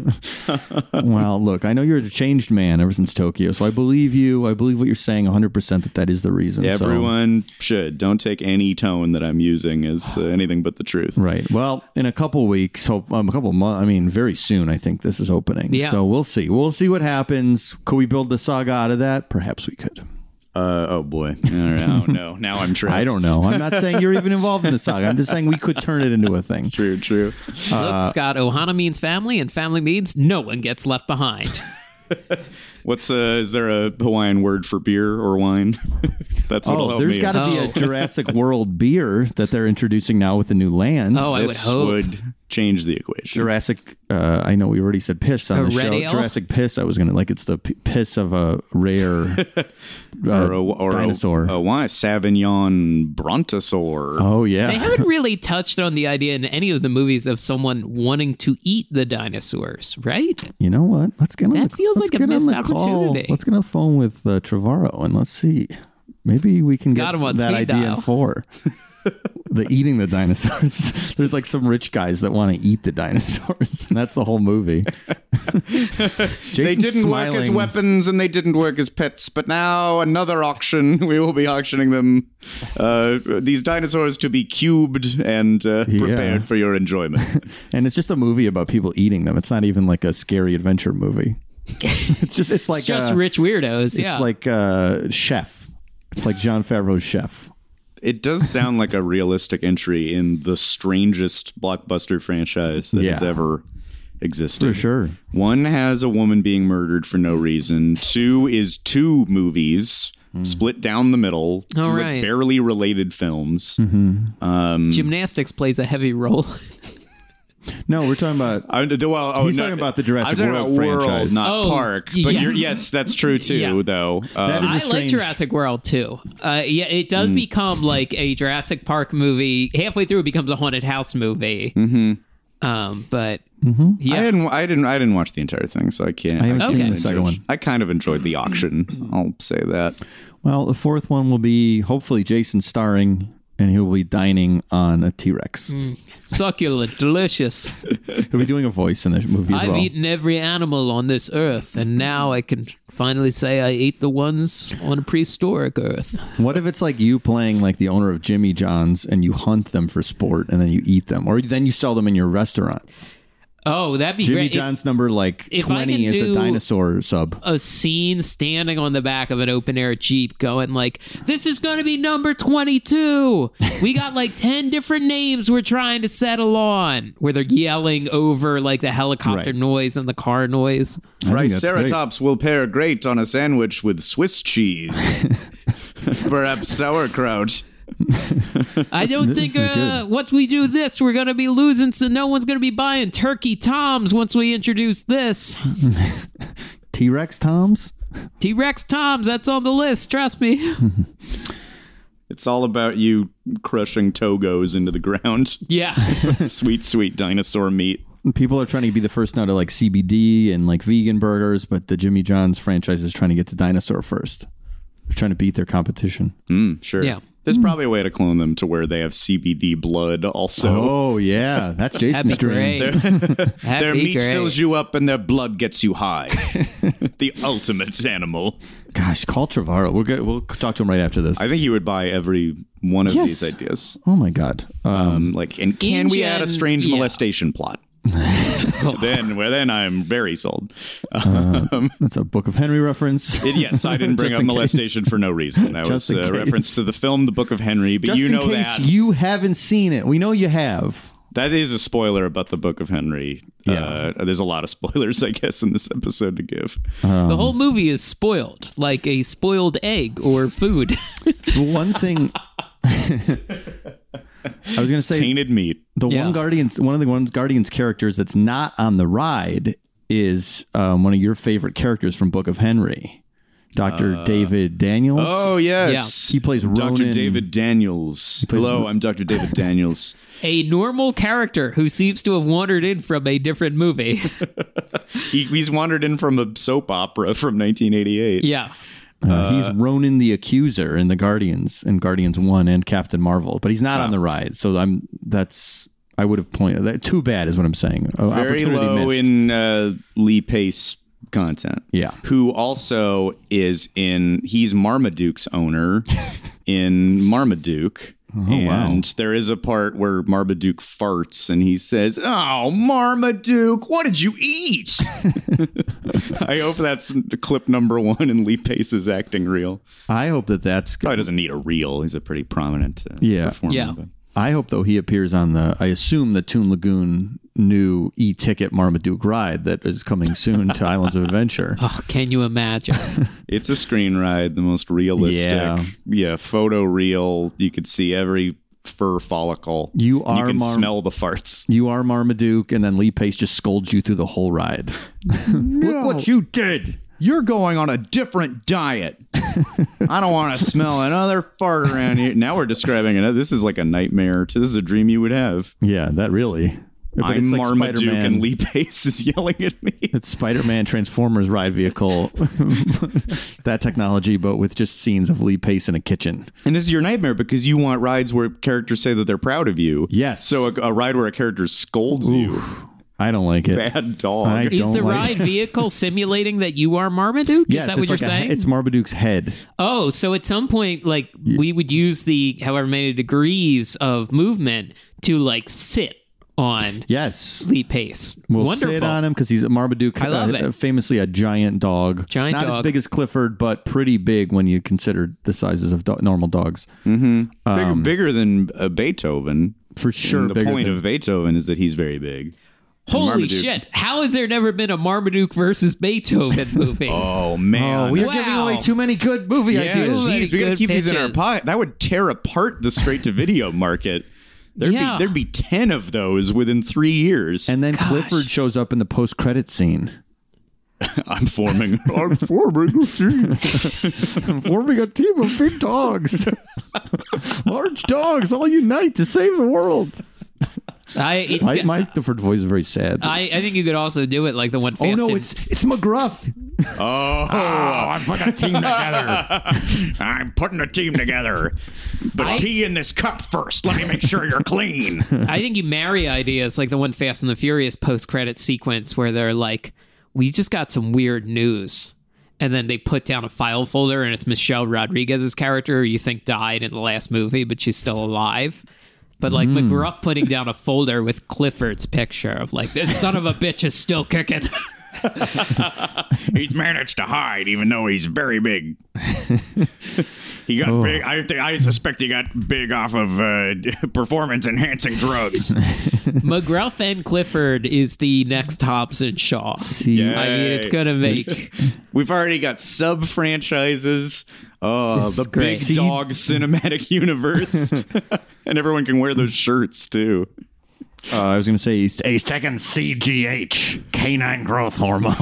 S4: Well, look, I know you're a changed man ever since Tokyo, so I believe you. I believe what you're saying 100% that that is the reason. so-
S3: Everyone should don't take any tone that I'm using as uh, anything but the truth.
S4: Right. Well, in a couple weeks, hope um, a couple months, I mean, very soon, I think this is opening.
S5: Yeah.
S4: So we'll see. We'll see what happens. Could we build the saga out of that? Perhaps we could.
S3: Uh, oh boy. All right. Oh no. Now I'm trapped.
S4: I don't know. I'm not saying you're even involved in the saga. I'm just saying we could turn it into a thing.
S3: True. True.
S5: Look, Scott, Ohana means family, and family means no one gets left behind.
S3: What's uh is there a Hawaiian word for beer or wine? That's what'll
S4: Oh,
S3: help
S4: there's
S3: me.
S4: got to be a
S5: Oh.
S4: Jurassic World beer that they're introducing now with the new land.
S5: Oh, I would
S3: this
S5: hope.
S3: change the equation.
S4: Jurassic. Uh, I know we already said piss on
S5: A
S4: the
S5: red
S4: show.
S5: ale?
S4: Jurassic piss. I was gonna like it's the p- piss of a rare uh,
S3: Or a, or
S4: dinosaur.
S3: A, a wine, Savignon Brontosaur.
S4: oh yeah,
S5: They haven't really touched on the idea in any of the movies of someone wanting to eat the dinosaurs, right?
S4: you know what? Let's get on.
S5: That
S4: the,
S5: feels
S4: let's
S5: like a
S4: get on
S5: missed
S4: the call.
S5: opportunity.
S4: Let's get on the phone with uh, Trevorrow and let's see. Maybe we can get
S5: Got him on
S4: that
S5: speed
S4: idea
S5: dial.
S4: in four. the eating the dinosaurs. There's like some rich guys that want to eat the dinosaurs, and that's the whole movie.
S3: They
S4: Jason's
S3: didn't work as
S4: smiling.
S3: weapons and they didn't work as pets, but now another auction. We will be auctioning them, uh, these dinosaurs to be cubed and uh,
S4: Yeah.
S3: prepared for your enjoyment.
S4: And it's just a movie about people eating them. It's not even like a scary adventure movie. it's just it's like
S5: It's just
S4: uh,
S5: rich weirdos.
S4: It's
S5: yeah.
S4: like uh, Chef. It's like John Favreau's Chef.
S3: It does sound like a realistic entry in the strangest blockbuster franchise that has
S4: Yeah.
S3: ever
S4: For
S3: existed.
S4: sure.
S3: One has a woman being murdered for no reason. Two is two movies
S4: Hmm.
S3: split down the middle,
S5: All
S3: two
S5: right.
S3: barely related films.
S4: Mm-hmm.
S5: gymnastics plays a heavy role.
S4: No, we're talking about
S3: I, the- well, oh,
S4: He's
S3: no,
S4: talking about the Jurassic
S3: I'm talking
S4: World
S3: about
S4: franchise.
S3: not
S5: Oh,
S3: Park. But
S5: yes.
S3: yes. You're, yes, that's true too,
S5: Yeah.
S3: though.
S4: That
S3: Um,
S4: is-
S5: I like
S4: strange. Hmm.
S5: Jurassic World too. Uh, yeah, it does become like a Jurassic Park movie. Halfway through, it becomes a haunted house movie. Mm-hmm. Um, but yeah, Oh.
S3: I didn't. I didn't. I didn't watch the entire thing, so I can't.
S4: I haven't
S3: can't
S5: seen the
S3: judge.
S4: second one.
S3: I kind of enjoyed the auction. I'll say that.
S4: Well, the fourth one will be hopefully Jason starring, and he'll be dining on a T Rex.
S5: Mm. succulent, delicious.
S4: He'll be doing a voice in the movie as
S5: I've
S4: well.
S5: eaten every animal on this earth, and now I can finally say I ate the ones on a prehistoric earth.
S4: What if it's like you playing like the owner of Jimmy John's and you hunt them for sport and then you eat them, or then you sell them in your restaurant?
S5: Oh, that'd be
S4: Jimmy
S5: great. If
S4: John's number like
S5: if I
S4: twenty
S5: can
S4: is
S5: do-
S4: a dinosaur sub.
S5: a scene standing on the back of an open air Jeep going like, this is going to be number 22. We got like 10 different names we're trying to settle on where they're yelling over like the helicopter
S4: Right.
S5: noise and the car noise.
S4: I think that's great.
S3: Triceratops will pair great on a sandwich with Swiss cheese, perhaps sauerkraut.
S5: I don't think uh, once we do this, we're going to be losing. So no one's going to be buying turkey toms once we introduce this.
S4: T Rex Toms.
S5: T-Rex toms. That's on the list. Trust me.
S3: It's all about you crushing togos into the ground.
S5: Yeah.
S3: sweet, sweet dinosaur meat.
S4: People are trying to be the first now to like CBD and like vegan burgers, but the Jimmy John's franchise is trying to get to dinosaur first. They're trying to beat their competition.
S3: Mm, sure.
S5: Yeah.
S3: There's probably a way to clone them to where they have CBD blood also.
S4: Oh yeah, that's
S5: That'd be
S4: Jason's
S5: great.
S4: dream.
S5: That'd
S3: Their
S5: be
S3: meat
S5: great.
S3: fills you up and their blood gets you high. the ultimate animal.
S4: Gosh, call Trevorrow. We're good. We'll talk to him right after this.
S3: I think he would buy every one of
S4: Yes.
S3: these ideas.
S4: oh my god. Um,
S3: Um, like, and can we add a
S5: Ingen-
S3: strange
S5: yeah.
S3: molestation plot? then, well, then I'm very sold. Um,
S4: that's a Book of Henry reference.
S3: It- yes, I didn't bring
S4: Uh, Just
S3: up
S4: in case.
S3: molestation for no reason. That
S4: Just
S3: was
S4: in
S3: a
S4: case.
S3: reference to the film The Book of Henry, but
S4: Just
S3: you
S4: in
S3: know
S4: case
S3: that.
S4: you haven't seen it, we know you have.
S3: That is a spoiler about the Book of Henry.
S4: Yeah.
S3: Uh, there's a lot of spoilers, I guess, in this episode to give.
S5: The
S4: Um,
S5: whole movie is spoiled, like a spoiled egg or food.
S4: The one thing I was going to say
S3: Tainted meat.
S4: the
S5: Yeah.
S4: one guardians one of the one guardians characters that's not on the ride is um, one of your favorite characters from Book of Henry, Doctor David Daniels.
S3: Uh, Oh yes,
S4: He plays
S3: Dr.
S4: Ronan.
S3: David Daniels. Hello, I'm Dr. David Daniels.
S5: a normal character who seems to have wandered in from a different movie.
S3: he, he's wandered in from a soap opera from 1988.
S5: yeah.
S4: Uh, he's Ronan the Accuser in the Guardians and Guardians One and Captain Marvel, but he's not on the ride. So I'm that's I would have pointed that too bad is what I'm saying. Oh,
S3: Very
S4: opportunity
S3: low
S4: missed.
S3: in uh, Lee Pace content.
S4: Yeah.
S3: who also is in? He's Marmaduke's owner in Marmaduke. and
S4: Oh, wow.
S3: there is a part where Marmaduke farts and he says, Oh, Marmaduke, what did you eat? I hope that's clip number one in Lee Pace's acting reel.
S4: I hope that that's
S3: Probably doesn't need a reel. He's a pretty prominent uh,
S4: Yeah.
S3: performer.
S5: Yeah.
S3: but-
S4: I hope though he appears on the I assume the Toon Lagoon new e-ticket Marmaduke ride that is coming soon to Islands of Adventure.
S5: Oh, can you imagine?
S3: It's a screen ride, the most realistic.
S4: Yeah.
S3: Yeah, photo real. You could see every fur follicle.
S4: You are
S3: you can
S4: Mar-
S3: smell the farts.
S4: You are Marmaduke, and then Lee Pace just scolds you through the whole ride. Look what you did!
S3: You're going on a different diet. I don't want to smell another fart around here. Now we're describing another. This is like a nightmare. To this is a dream you would have.
S4: Yeah, that really. But
S3: I'm
S4: it's like
S3: Marmaduke
S4: Spider-Man.
S3: and Lee Pace is yelling at me.
S4: It's Spider-Man Transformers ride vehicle, that technology, but with just scenes of Lee Pace in a kitchen.
S3: And this is your nightmare because you want rides where characters say that they're proud of you.
S4: Yes.
S3: So a, a ride where a character scolds you.
S4: I don't like it.
S3: Bad dog.
S4: I
S5: Is
S4: don't
S5: the
S4: like
S5: ride vehicle simulating that you are Marmaduke?
S4: Yes,
S5: Is that
S4: it's
S5: what you're
S4: like a-
S5: saying?
S4: it's Marmaduke's head.
S5: Oh, so at some point, like we would use the however many degrees of movement to like sit on
S4: Yes.
S5: Lee Pace.
S4: We'll
S5: Wonderful.
S4: sit on him because he's Marmaduke.
S5: I love
S4: uh,
S5: it.
S4: Famously, a giant dog.
S5: Giant
S4: Not as
S5: dog.
S4: big as Clifford, but pretty big when you consider the sizes of do- normal dogs.
S3: Big- bigger than uh, Beethoven.
S4: For sure.
S3: And the
S4: bigger
S3: point
S4: than-
S3: of Beethoven is that he's very big.
S5: Holy
S3: Marmaduke.
S5: shit! How has there never been a Marmaduke versus Beethoven movie?
S3: Oh man.
S4: Oh, we are
S5: Wow.
S4: giving away too many good movie
S3: yeah,
S4: ideas.
S5: many
S3: geez, we gotta
S5: good
S3: keep these in our
S5: pitches.
S3: pocket. That would tear apart the straight to video market. There'd
S5: Yeah.
S3: be there'd be ten of those within three years.
S4: And then Clifford shows up in the post-credit scene.
S3: I'm forming. I'm forming.
S4: Forming a team of big dogs. Large dogs all unite to save the world.
S5: I, it's,
S4: My, my Clifford voice is very sad.
S3: Uh,
S5: I, I think you could also do it like the one.
S4: oh,
S5: Fast
S4: no,
S5: and-
S4: it's it's McGruff.
S3: Oh,
S4: I put a team together.
S3: I'm putting a team together. But
S5: I-
S3: pee in this cup first. Let me make sure you're clean.
S5: I think you marry ideas like the one Fast and the Furious post credit sequence where they're like, we just got some weird news. And then they put down a file folder and it's Michelle Rodriguez's character who you think died in the last movie, but she's still alive. But
S4: Hmm.
S5: like McGruff putting down a folder with Clifford's picture of like, this son of a bitch is still kicking.
S3: he's managed to hide, even though he's very big. he got big. I think I suspect he got big off of uh, performance enhancing drugs.
S5: McGruff and Clifford is the next Hobbs and Shaw. I mean, it's going to make.
S3: We've already got sub franchises. Oh,
S5: This
S3: the
S5: is great.
S3: big dog cinematic universe, and everyone can wear those shirts too.
S4: Uh, I was going to say he's,
S7: He's taking CGH, canine growth hormone.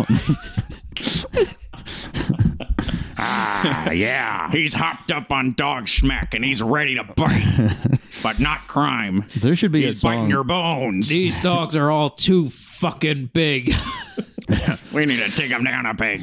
S7: ah, yeah.
S3: He's hopped up on dog schmack and he's ready to bite, but not crime.
S4: there should be a
S3: He's biting
S4: song.
S3: your bones.
S5: These dogs are all too fucking big.
S3: We need to take him down a peg.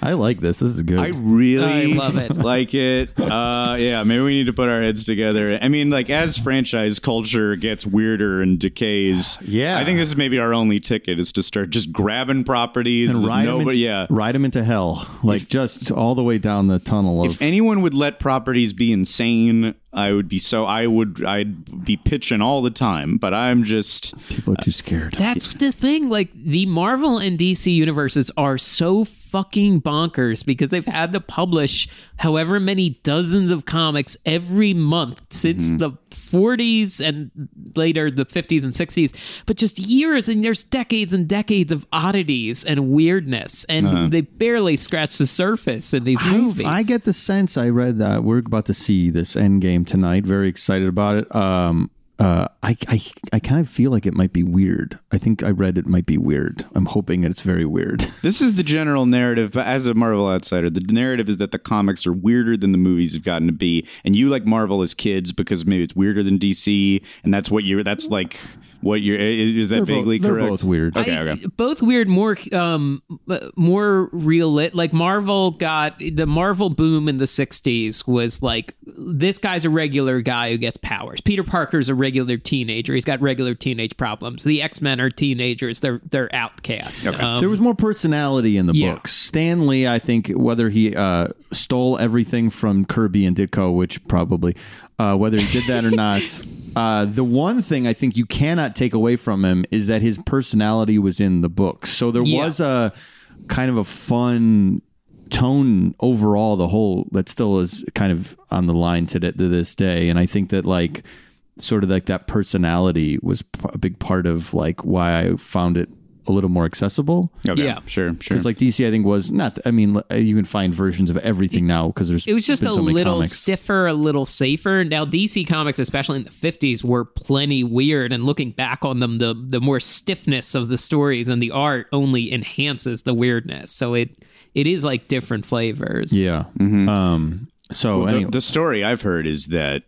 S4: I like this. This is good.
S3: I really
S5: I love it.
S3: like it. Uh, yeah, maybe we need to put our heads together. I mean, like as franchise culture gets weirder and decays,
S4: Yeah.
S3: I think this is maybe our only ticket is to start just grabbing properties.
S4: and
S3: that
S4: ride him,
S3: nobody, yeah.
S4: ride him into hell, like just all the way down the tunnel of.
S3: If anyone would let properties be insane, I would be so. I would. I'd be pitching all the time. But I'm just.
S4: people are too scared.
S5: That's the thing. Like the Marvel and DC universes are so fucking bonkers because they've had to publish however many dozens of comics every month since
S4: Mm-hmm.
S5: the 40s and later the 50s and 60s, but just years and there's decades and decades of oddities and weirdness, and they barely scratch the surface in these movies.
S4: Uh-huh. I get the sense I read that we're about to see this end game tonight. Very excited about it. Um, uh, I, I, I kind of feel like it might be weird. I think I read it might be weird. I'm hoping it's very weird.
S3: This is the general narrative but as a Marvel outsider. The narrative is that the comics are weirder than the movies have gotten to be, and you like Marvel as kids because maybe it's weirder than DC, and that's what you're. That's like what you're. i- Is that
S4: They're both-
S3: vaguely
S4: they're
S3: correct?
S4: both weird.
S3: Okay,
S5: I-
S3: okay.
S5: Both weird, more um, uh, more real. Like Marvel got the Marvel boom in the '60s was like this guy's a regular guy who gets powers. Peter Parker's a regular teenager. He's got regular teenage problems. The X Men are teenagers. They're they're outcasts. Um,
S4: there was more personality in the
S5: yeah.
S4: books. Stan Lee, I think, whether he uh, stole everything from Kirby and Ditko, which probably, uh, whether he did that or not, uh, the one thing I think you cannot take away from him is that his personality was in the books. So there
S5: Yeah.
S4: was a kind of a fun tone overall the whole that still is kind of on the line to, to this day and i think that like sort of like that personality was p- a big part of like why i found it a little more accessible
S3: okay.
S5: Yeah.
S3: sure, sure.
S4: because like dc i think was not i mean l- you can find versions of everything now because there's
S5: it was just
S4: been
S5: a
S4: so many
S5: little
S4: comics.
S5: stiffer, a little safer. Now DC comics, especially in the fifties, were plenty weird, and looking back on them, the the more stiffness of the stories and the art only enhances the weirdness. So it it is like different flavors.
S4: yeah um so
S3: The-
S4: anyway
S3: the, story I've heard is that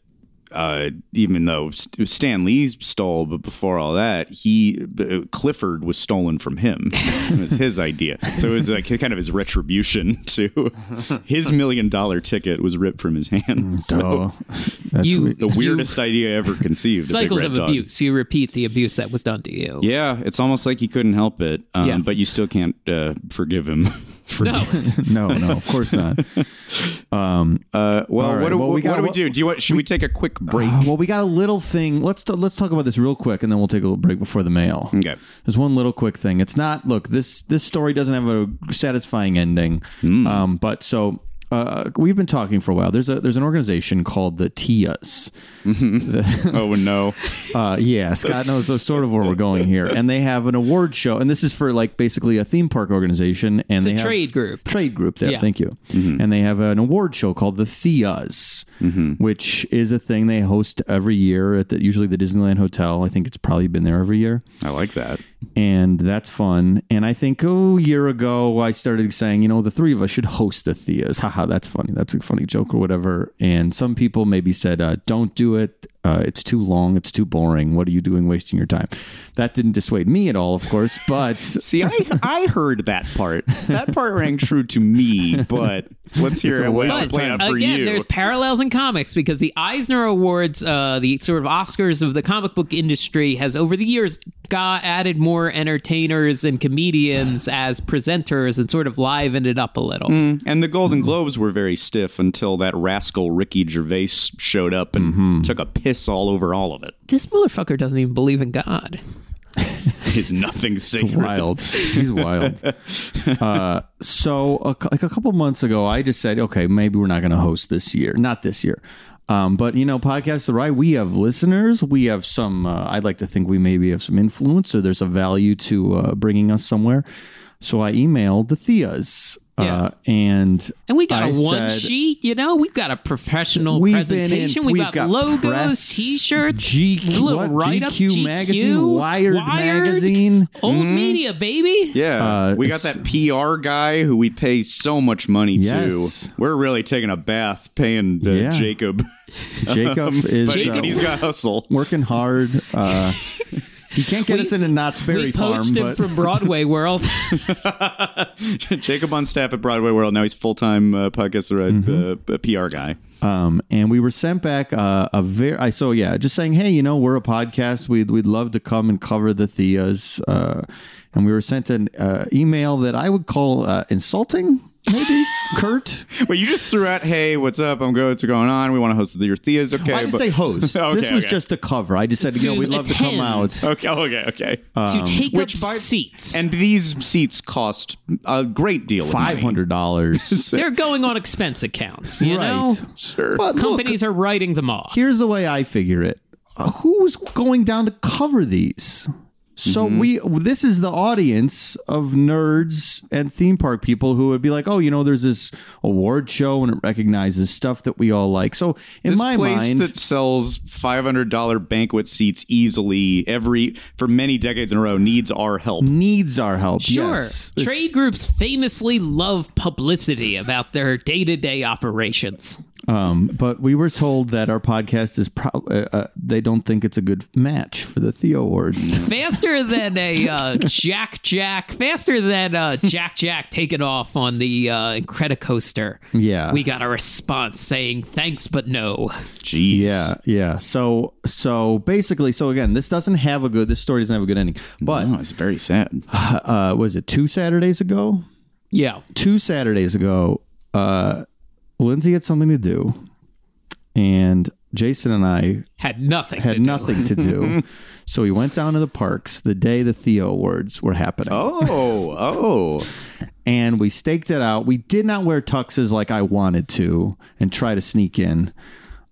S3: uh, even though St- Stan Lee stole, but before all that, he uh, Clifford was stolen from him. it was his idea, so it was like kind of his retribution to his million dollar ticket was ripped from his hands. So,
S4: Oh, that's
S5: You-
S3: the weirdest idea ever conceived. the Big
S5: Cycles
S3: Red
S5: of
S3: Dog.
S5: abuse. You repeat the abuse that was done to you.
S3: Yeah, it's almost like he couldn't help it, um,
S5: Yeah.
S3: but you still can't uh, forgive him. For
S5: No.
S4: no, no, of course not.
S3: Uh, well,
S4: All right,
S3: what do,
S4: well, we
S3: what
S4: got-
S3: do we
S4: what-
S3: do? Do you want, should we, take a quick break?
S4: Uh, well, we got a little thing. Let's t- let's talk about this real quick, and then we'll take a little break before the mail.
S3: Okay.
S4: There's one little quick thing. It's not look this this story doesn't have a satisfying ending, um, but so. Uh, we've been talking for a while. There's a there's an organization called the TIAs.
S3: oh no,
S4: Uh, yeah, Scott knows that's sort of where we're going here. And they have an award show, and this is for like basically a theme park organization. And they
S5: a
S4: have-
S5: trade group.
S4: trade group there.
S5: Yeah.
S4: Thank you. And they have an award show called the Theas, which is a thing they host every year at the, usually the Disneyland Hotel. I think it's probably been there every year,
S3: I like that.
S4: and that's fun. And I think oh, a year ago I started saying, you know, the three of us should host the Theas. Haha, that's funny. That's a funny joke or whatever. And some people maybe said, uh, don't do it. Uh, it's too long. It's too boring. What are you doing, wasting your time? That didn't dissuade me at all, of course. But
S3: See, I I heard that part. That part rang true to me, but let's hear it. What's
S5: But
S3: the plan for
S5: again,
S3: you?
S5: there's parallels in comics because the Eisner Awards, uh, the sort of Oscars of the comic book industry, has over the years got added more entertainers and comedians as presenters and sort of livened it up a little.
S4: Mm.
S3: and the
S4: Mm-hmm.
S3: Golden Globes were very stiff until that rascal Ricky Gervais showed up and
S4: Mm-hmm.
S3: took a piss all over all of it.
S5: This motherfucker doesn't even believe in God.
S3: Is nothing sacred?
S4: wild. He's wild. Uh, so, a, cou- like a couple months ago, I just said, okay, maybe we're not going to host this year. Not this year. Um, but you know, podcast the right. We have listeners. We have some. Uh, I'd like to think we maybe have some influence, or there's a value to uh, bringing us somewhere. So I emailed the Theas,
S5: Yeah.
S4: uh, and
S5: And we got
S4: I
S5: a one
S4: said-
S5: sheet, you know. We've got a professional
S4: We've been in-
S5: presentation. we've,
S4: we've
S5: got,
S4: got
S5: logos,
S4: press,
S5: t-shirts,
S4: GQ
S5: little
S4: what?
S5: write-ups,
S4: GQ
S5: GQ
S4: magazine, Wired magazine. Mm-hmm.
S5: old media, baby.
S3: Yeah,
S4: Uh,
S3: we got that PR guy who we pay so much money
S4: Yes.
S3: to. We're really taking a bath paying uh,
S4: Yeah.
S3: Jacob.
S4: Jacob is
S3: but
S4: uh,
S3: he's got hustle.
S4: working hard. Uh, he can't get us into Knott's Berry
S5: we
S4: Farm,
S5: poached him
S4: but
S5: from Broadway World.
S3: Jacob on staff at Broadway World. Now he's full time uh, podcast or, uh,
S4: Mm-hmm.
S3: uh, PR guy.
S4: Um, and we were sent back uh, a very. I so yeah, just saying, hey, you know, we're a podcast. We'd we'd love to come and cover the Theas. Uh, and we were sent an uh, email that I would call uh, insulting, maybe Kurt.
S3: But you just threw out, "Hey, what's up? I'm good. What's going on? We want to host the Theas." Okay,
S4: I didn't
S3: but-
S4: say host.
S3: Okay,
S4: this was
S3: okay.
S4: just a cover. I just said, you know,
S5: To
S4: we'd love to come
S5: attend.
S4: out.
S3: Okay, okay, okay.
S4: Uh, Um,
S5: to take
S3: which
S5: up
S3: by-
S5: seats.
S3: and these seats cost a great deal. of money.
S4: Five hundred dollars,
S5: they're going on expense accounts, you know?
S4: right? Sure. But look,
S5: Companies are writing them off.
S4: here's the way I figure it. Uh, Who's going down to cover these? So
S5: Mm-hmm.
S4: we this is the audience of nerds and theme park people who would be like, "Oh, you know, there's this award show and it recognizes stuff that we all like." So in
S3: This
S4: my
S3: place
S4: mind,
S3: that sells five hundred dollar banquet seats easily every for many decades in a row needs our help.
S4: needs our help.
S5: Sure.
S4: Yes. This-
S5: Trade groups famously love publicity about their day to day operations.
S4: Um, but we were told that our podcast is pro- uh, uh, they don't think it's a good match for the Theo Awards.
S5: Faster than a uh, Jack Jack, faster than uh, Jack Jack taking off on the uh, Incredicoaster.
S4: Yeah.
S5: We got a response saying thanks, but no.
S3: Jeez.
S4: Yeah, yeah. So so basically, so again, this doesn't have a good this story doesn't have a good ending. But
S3: Oh, it's very sad.
S4: uh, was it two Saturdays ago?
S5: Yeah.
S4: Two Saturdays ago, uh, Lindsay had something to do, and Jason and I
S5: Had nothing. to
S4: had
S5: do.
S4: nothing to do. So we went down to the parks the day the Theo Awards were happening,
S3: Oh, oh.
S4: and we staked it out. We did not wear tuxes like I wanted to, and try to sneak in.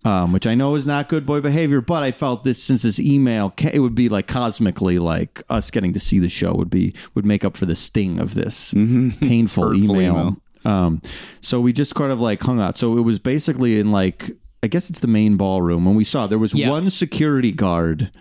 S4: Um, which I know is not good boy behavior, but I felt this since this email, ca- it would be like cosmically, like us getting to see the show would be would make up for the sting of this painful
S3: Hurtful
S4: email.
S3: email.
S4: Um, so we just kind of like hung out. So it was basically in like I guess it's the main ballroom. When we saw there was
S5: Yeah.
S4: one security guard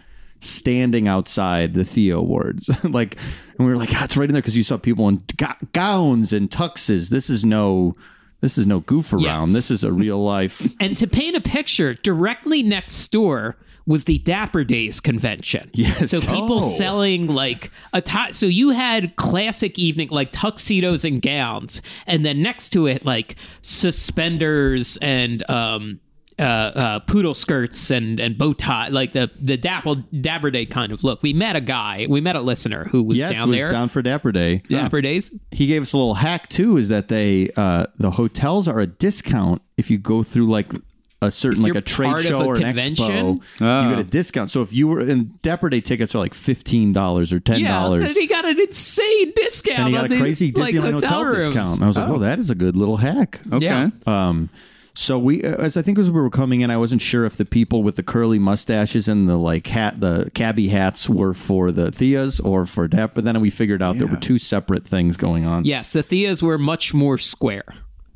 S4: standing outside the Theo Awards, like, and we were like, ah, it's right in there because you saw people in ga- gowns and tuxes. This is no. This is no goof
S5: Yeah.
S4: around. This is a real life.
S5: And to paint a picture, directly next door was the Dapper Days convention.
S4: Yes.
S5: So people
S4: Oh.
S5: selling like a tie. So you had classic evening, like tuxedos and gowns, and then next to it, like suspenders and um, uh, uh, poodle skirts and and bow tie, like the the dapple Dapper Day kind of look. We met a guy. We met a listener who was
S4: yes,
S5: down
S4: was
S5: there.
S4: down for Dapper Day.
S5: Dapper Days.
S4: He gave us a little hack too. Is that they uh, the hotels are a discount if you go through like a certain
S5: If
S4: like
S5: you're
S4: a trade
S5: part of
S4: show
S5: a
S4: or an
S5: convention?
S4: expo, you get a discount. So if you were and Dapper Day tickets are like fifteen dollars or ten
S5: Yeah,
S4: dollars.
S5: and he got an insane discount.
S4: and he got
S5: on
S4: a crazy
S5: these, like,
S4: Disneyland
S5: hotel,
S4: hotel,
S5: rooms. Oh.
S4: discount. And I was like, "Oh, that is a good little hack."
S3: Okay.
S5: Yeah.
S4: Um, so we, uh, as I think as we were coming in, I wasn't sure if the people with the curly mustaches and the like hat, the cabbie hats were for the Theas or for Dap. But then we figured out there were two separate things going on.
S5: Yes, the Theas were much more square.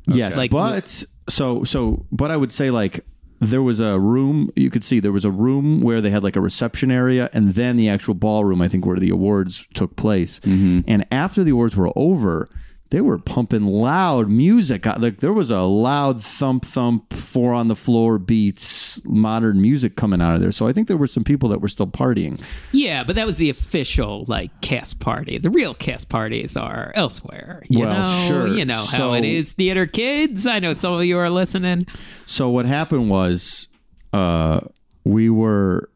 S4: Yes,
S5: Like-
S4: but so so, but I would say like there was a room you could see there was a room where they had like a reception area and then the actual ballroom i think where the awards took place and after the awards were over they were pumping loud music Uh, like there was a loud thump thump four on the floor beats modern music coming out of there so i think there were some people that were still partying
S5: Yeah, but that was the official like cast party. The real cast parties are elsewhere. You
S4: Well,
S5: know,
S4: sure.
S5: You know how
S4: So-
S5: it is, theater kids. I know some of you are listening.
S4: So what happened was uh we were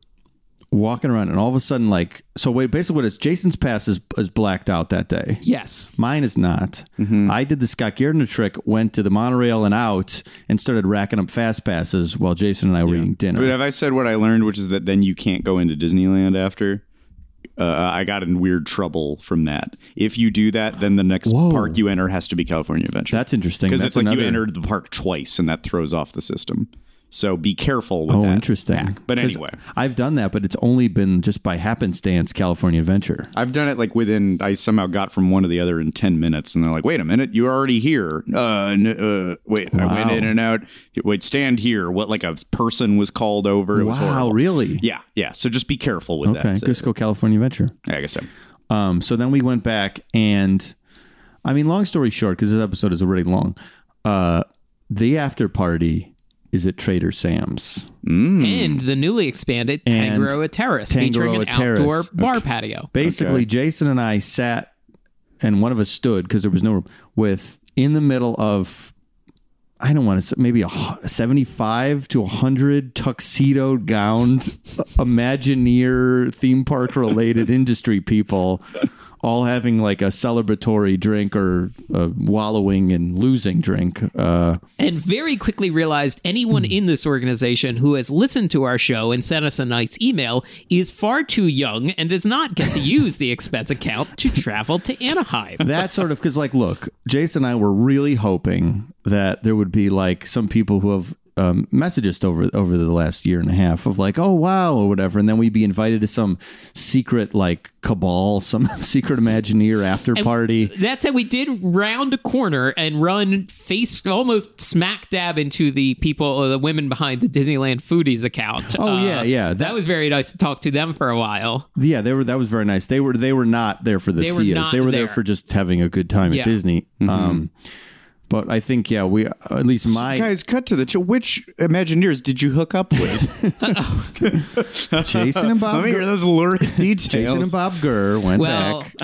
S4: walking around and all of a sudden like so wait basically what it is Jason's pass is is blacked out that day.
S5: Yes.
S4: Mine is not.
S3: Mm-hmm.
S4: I did the Scott Gardner trick, went to the monorail and out and started racking up fast passes while Jason and I were eating dinner.
S3: But have I said what I learned, which is that then you can't go into Disneyland after? Uh, I got in weird trouble from that. If you do that, then the next
S4: Whoa.
S3: park you enter has to be California Adventure.
S4: That's interesting.
S3: because
S4: That's
S3: it's like you
S4: another-
S3: entered the park twice, and that throws off the system. So be careful with
S4: Oh,
S3: that.
S4: interesting.
S3: But
S4: 'Cause
S3: anyway.
S4: I've done that, but it's only been just by happenstance California Adventure.
S3: I've done it like within. I somehow got from one to the other in ten minutes, and they're like, "Wait a minute, you're already here." Uh, n- uh wait, I went
S4: Wow.
S3: in and out. Wait, stand here. What? Like a person was called over. It was
S4: Wow,
S3: horrible.
S4: really?
S3: Yeah, yeah. So just be careful with
S4: Okay,
S3: that.
S4: just go California Adventure.
S3: I guess so.
S4: Um, so then we went back, and I mean, long story short, because this episode is already long. Uh, the after party is at Trader Sam's.
S3: Mm.
S5: Hmm. And the newly expanded
S4: And
S5: Tangaroa Terrace featuring
S4: Tangaroa
S5: an
S4: Terrace.
S5: outdoor bar patio.
S4: Basically, Jason and I sat, and one of us stood because there was no room. With in the middle of, I don't want to say maybe a hu- seventy-five to hundred tuxedo gowned, Imagineer theme park related industry people. All having like a celebratory drink or a wallowing and losing drink. Uh,
S5: and very quickly realized
S4: Hmm.
S5: anyone in this organization who has listened to our show and sent us a nice email is far too young and does not get to use the expense account to travel to Anaheim.
S4: that sort of because like look jason and i were really hoping that there would be like some people who have um, messages over over the last year and a half of like oh wow or whatever and then we'd be invited to some secret like cabal some secret imagineer after party
S5: That's how we did round a corner and run face almost smack dab into the people or the women behind the Disneyland Foodies account.
S4: Oh, yeah, yeah.
S5: Uh, That,
S4: That-
S5: was very nice to talk to them for a while.
S4: yeah they were that was very nice they were they were not there for the
S5: They were
S4: theas
S5: not
S4: they were there.
S5: there.
S4: for just having a good time
S5: Yeah.
S4: at disney
S3: Mm-hmm.
S4: um but i think yeah we at least my
S3: Guys, cut to the ch- which Imagineers did you hook up with?
S4: jason and bob
S3: Let me hear
S4: Gurr-
S3: those lurid details.
S4: jason and bob Gurr went
S5: Well,
S4: back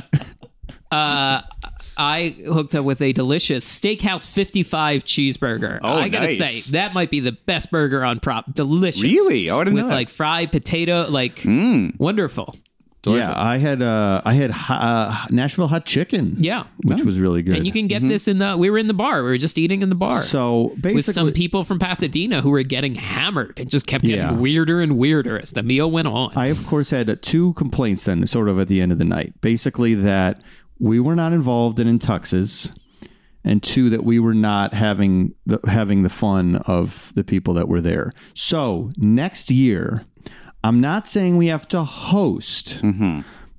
S5: I hooked up with a delicious Steakhouse 55 cheeseburger.
S3: Oh,
S5: I gotta
S3: nice.
S5: say, that might be the best burger on prop. Delicious.
S3: Really? Oh, I didn't
S5: With
S3: know that.
S5: like fried potato, like wonderful.
S4: Yeah, I had uh, I had ho- uh, Nashville hot chicken.
S5: Yeah.
S4: which was really good.
S5: And you can get this in the. We were in the bar. We were just eating in the bar.
S4: so basically
S5: with some people from Pasadena who were getting hammered and just kept getting
S4: Yeah.
S5: weirder and weirder as the meal went on.
S4: I of course had two complaints then, sort of at the end of the night. Basically, that we were not involved in intuxes, and two that we were not having the having the fun of the people that were there. So next year, I'm not saying we have to host,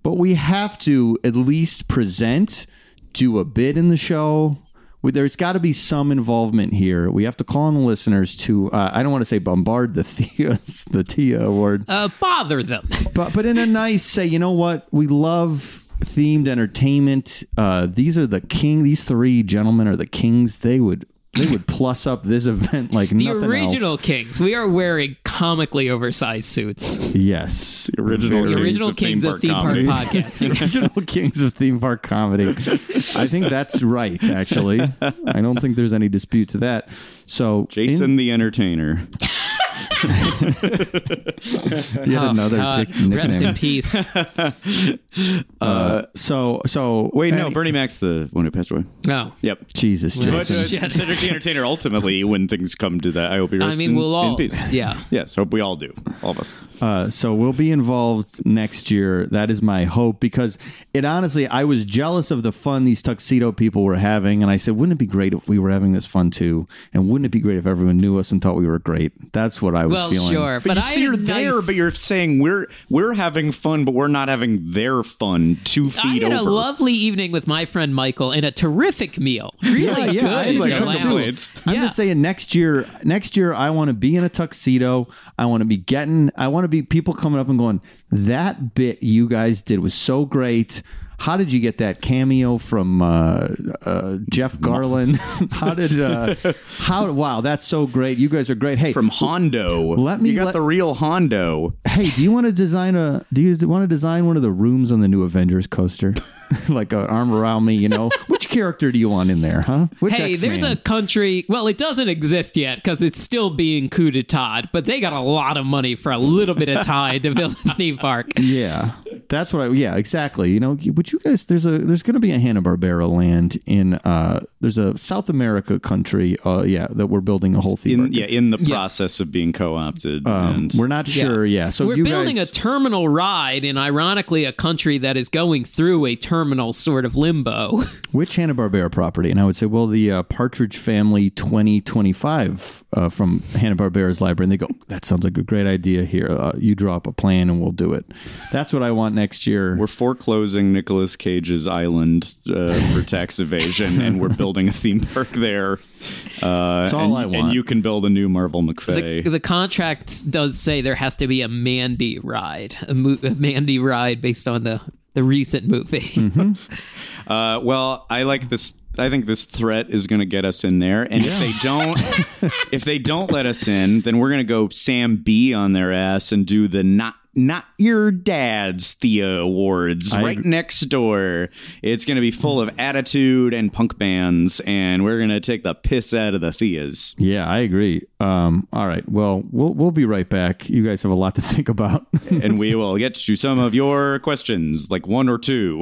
S4: but we have to at least present, do a bit in the show. We- There's got to be some involvement here. We have to call on the listeners to, uh, I don't want to say bombard the Theos, the Tia award
S5: uh, bother them.
S4: but but in a nice say, you know what? We love themed entertainment. Uh, these are the king. These three gentlemen are the kings. They would They would plus up this event like
S5: The
S4: nothing
S5: original
S4: else.
S5: kings. We are wearing comically oversized suits.
S4: Yes,
S3: The original,
S5: The original
S3: Kings
S5: kings of theme park
S3: comedy.
S5: podcasting.
S4: original kings of theme park comedy. I think that's right. Actually, I don't think there's any dispute to that. So
S3: Jason the Entertainer.
S4: in, yet another
S5: God,
S4: dick nickname.
S5: Uh, Oh, rest in peace.
S4: So so
S3: Wait, no,
S4: any-
S3: Bernie Mac's the one who passed away.
S5: No.
S3: Yep.
S4: Jesus,
S3: But uh,
S4: Jason.
S5: Shit.
S3: considered the entertainer ultimately when things come to that. I hope he
S5: I
S3: rests
S5: mean,
S3: in,
S5: we'll all-
S3: in peace.
S5: yeah.
S3: Yes, hope we all do. All of us.
S4: Uh, so we'll be involved next year. That is my hope because it honestly, I was jealous of the fun these tuxedo people were having. And I said, wouldn't it be great if we were having this fun too? And wouldn't it be great if everyone knew us and thought we were great? That's what I was
S5: Well,
S4: feeling.
S5: sure. But,
S3: But, you
S5: I
S3: see,
S5: had
S3: you're
S5: nice-
S3: there, but you're saying we're we're having fun, but we're not having their fun two
S5: I
S3: feet
S5: had
S3: over.
S5: a lovely evening with my friend Michael and a terrific meal. Really good.
S4: yeah, I had
S5: in
S4: a
S5: the
S4: good
S5: lounge.
S4: meal.
S3: It's-
S4: I'm
S5: Yeah.
S4: just saying next year next year I want to be in a tuxedo. I want to be getting I want to be people coming up and going, that bit you guys did was so great. How did you get that cameo from uh, uh, Jeff Garland? how did uh, how wow, that's so great. You guys are great. Hey,
S3: from Hondo.
S4: Let me
S3: You got
S4: let-
S3: the real Hondo.
S4: hey, do you want to design a do you want to design one of the rooms on the new Avengers coaster? like an arm around me, you know. Which character do you want in there, huh? Which
S5: Hey, there's
S4: X-Man?
S5: a country. Well, it doesn't exist yet because it's still being coup d'etat, but they got a lot of money for a little bit of time to build a theme park.
S4: Yeah, that's what I. Yeah, exactly. You know, but you guys, there's a there's going to be a Hanna Barbera land in uh there's a South America country. Uh, yeah, that we're building a whole theme.
S3: In
S4: park.
S3: yeah, in the process of being co-opted. and
S4: Um, we're not sure. Yeah, so
S5: We're
S4: you
S5: building
S4: guys,
S5: a terminal ride in, ironically, a country that is going through a terminal sort of limbo.
S4: which Hanna Barbera property? And I would say, well, the uh, Partridge Family 2025 uh, from Hanna Barbera's library. And they go, that sounds like a great idea. Here, uh, you draw up a plan, and we'll do it. That's what I want next year.
S3: We're foreclosing Nicolas Cage's island uh, for tax evasion, and we're building a theme park there. Uh,
S4: It's all
S3: and,
S4: I
S3: and
S4: want.
S3: you can build a new Marvel
S5: the,
S3: McFay.
S5: the contract does say there has to be a Mandy ride, a, mo- a Mandy ride based on the, the recent movie.
S4: Mm-hmm.
S3: Uh, well, I like this. I think this threat is going to get us in there, and if they don't, if they don't let us in, then we're going to go Sam B on their ass and do the not not your dad's Thea Awards right next door. It's going to be full of attitude and punk bands, and we're going to take the piss out of the Theas.
S4: Yeah, I agree. Um, all right. Well, we'll we'll be right back. You guys have a lot to think about.
S3: and we will get to some of your questions, like one or two.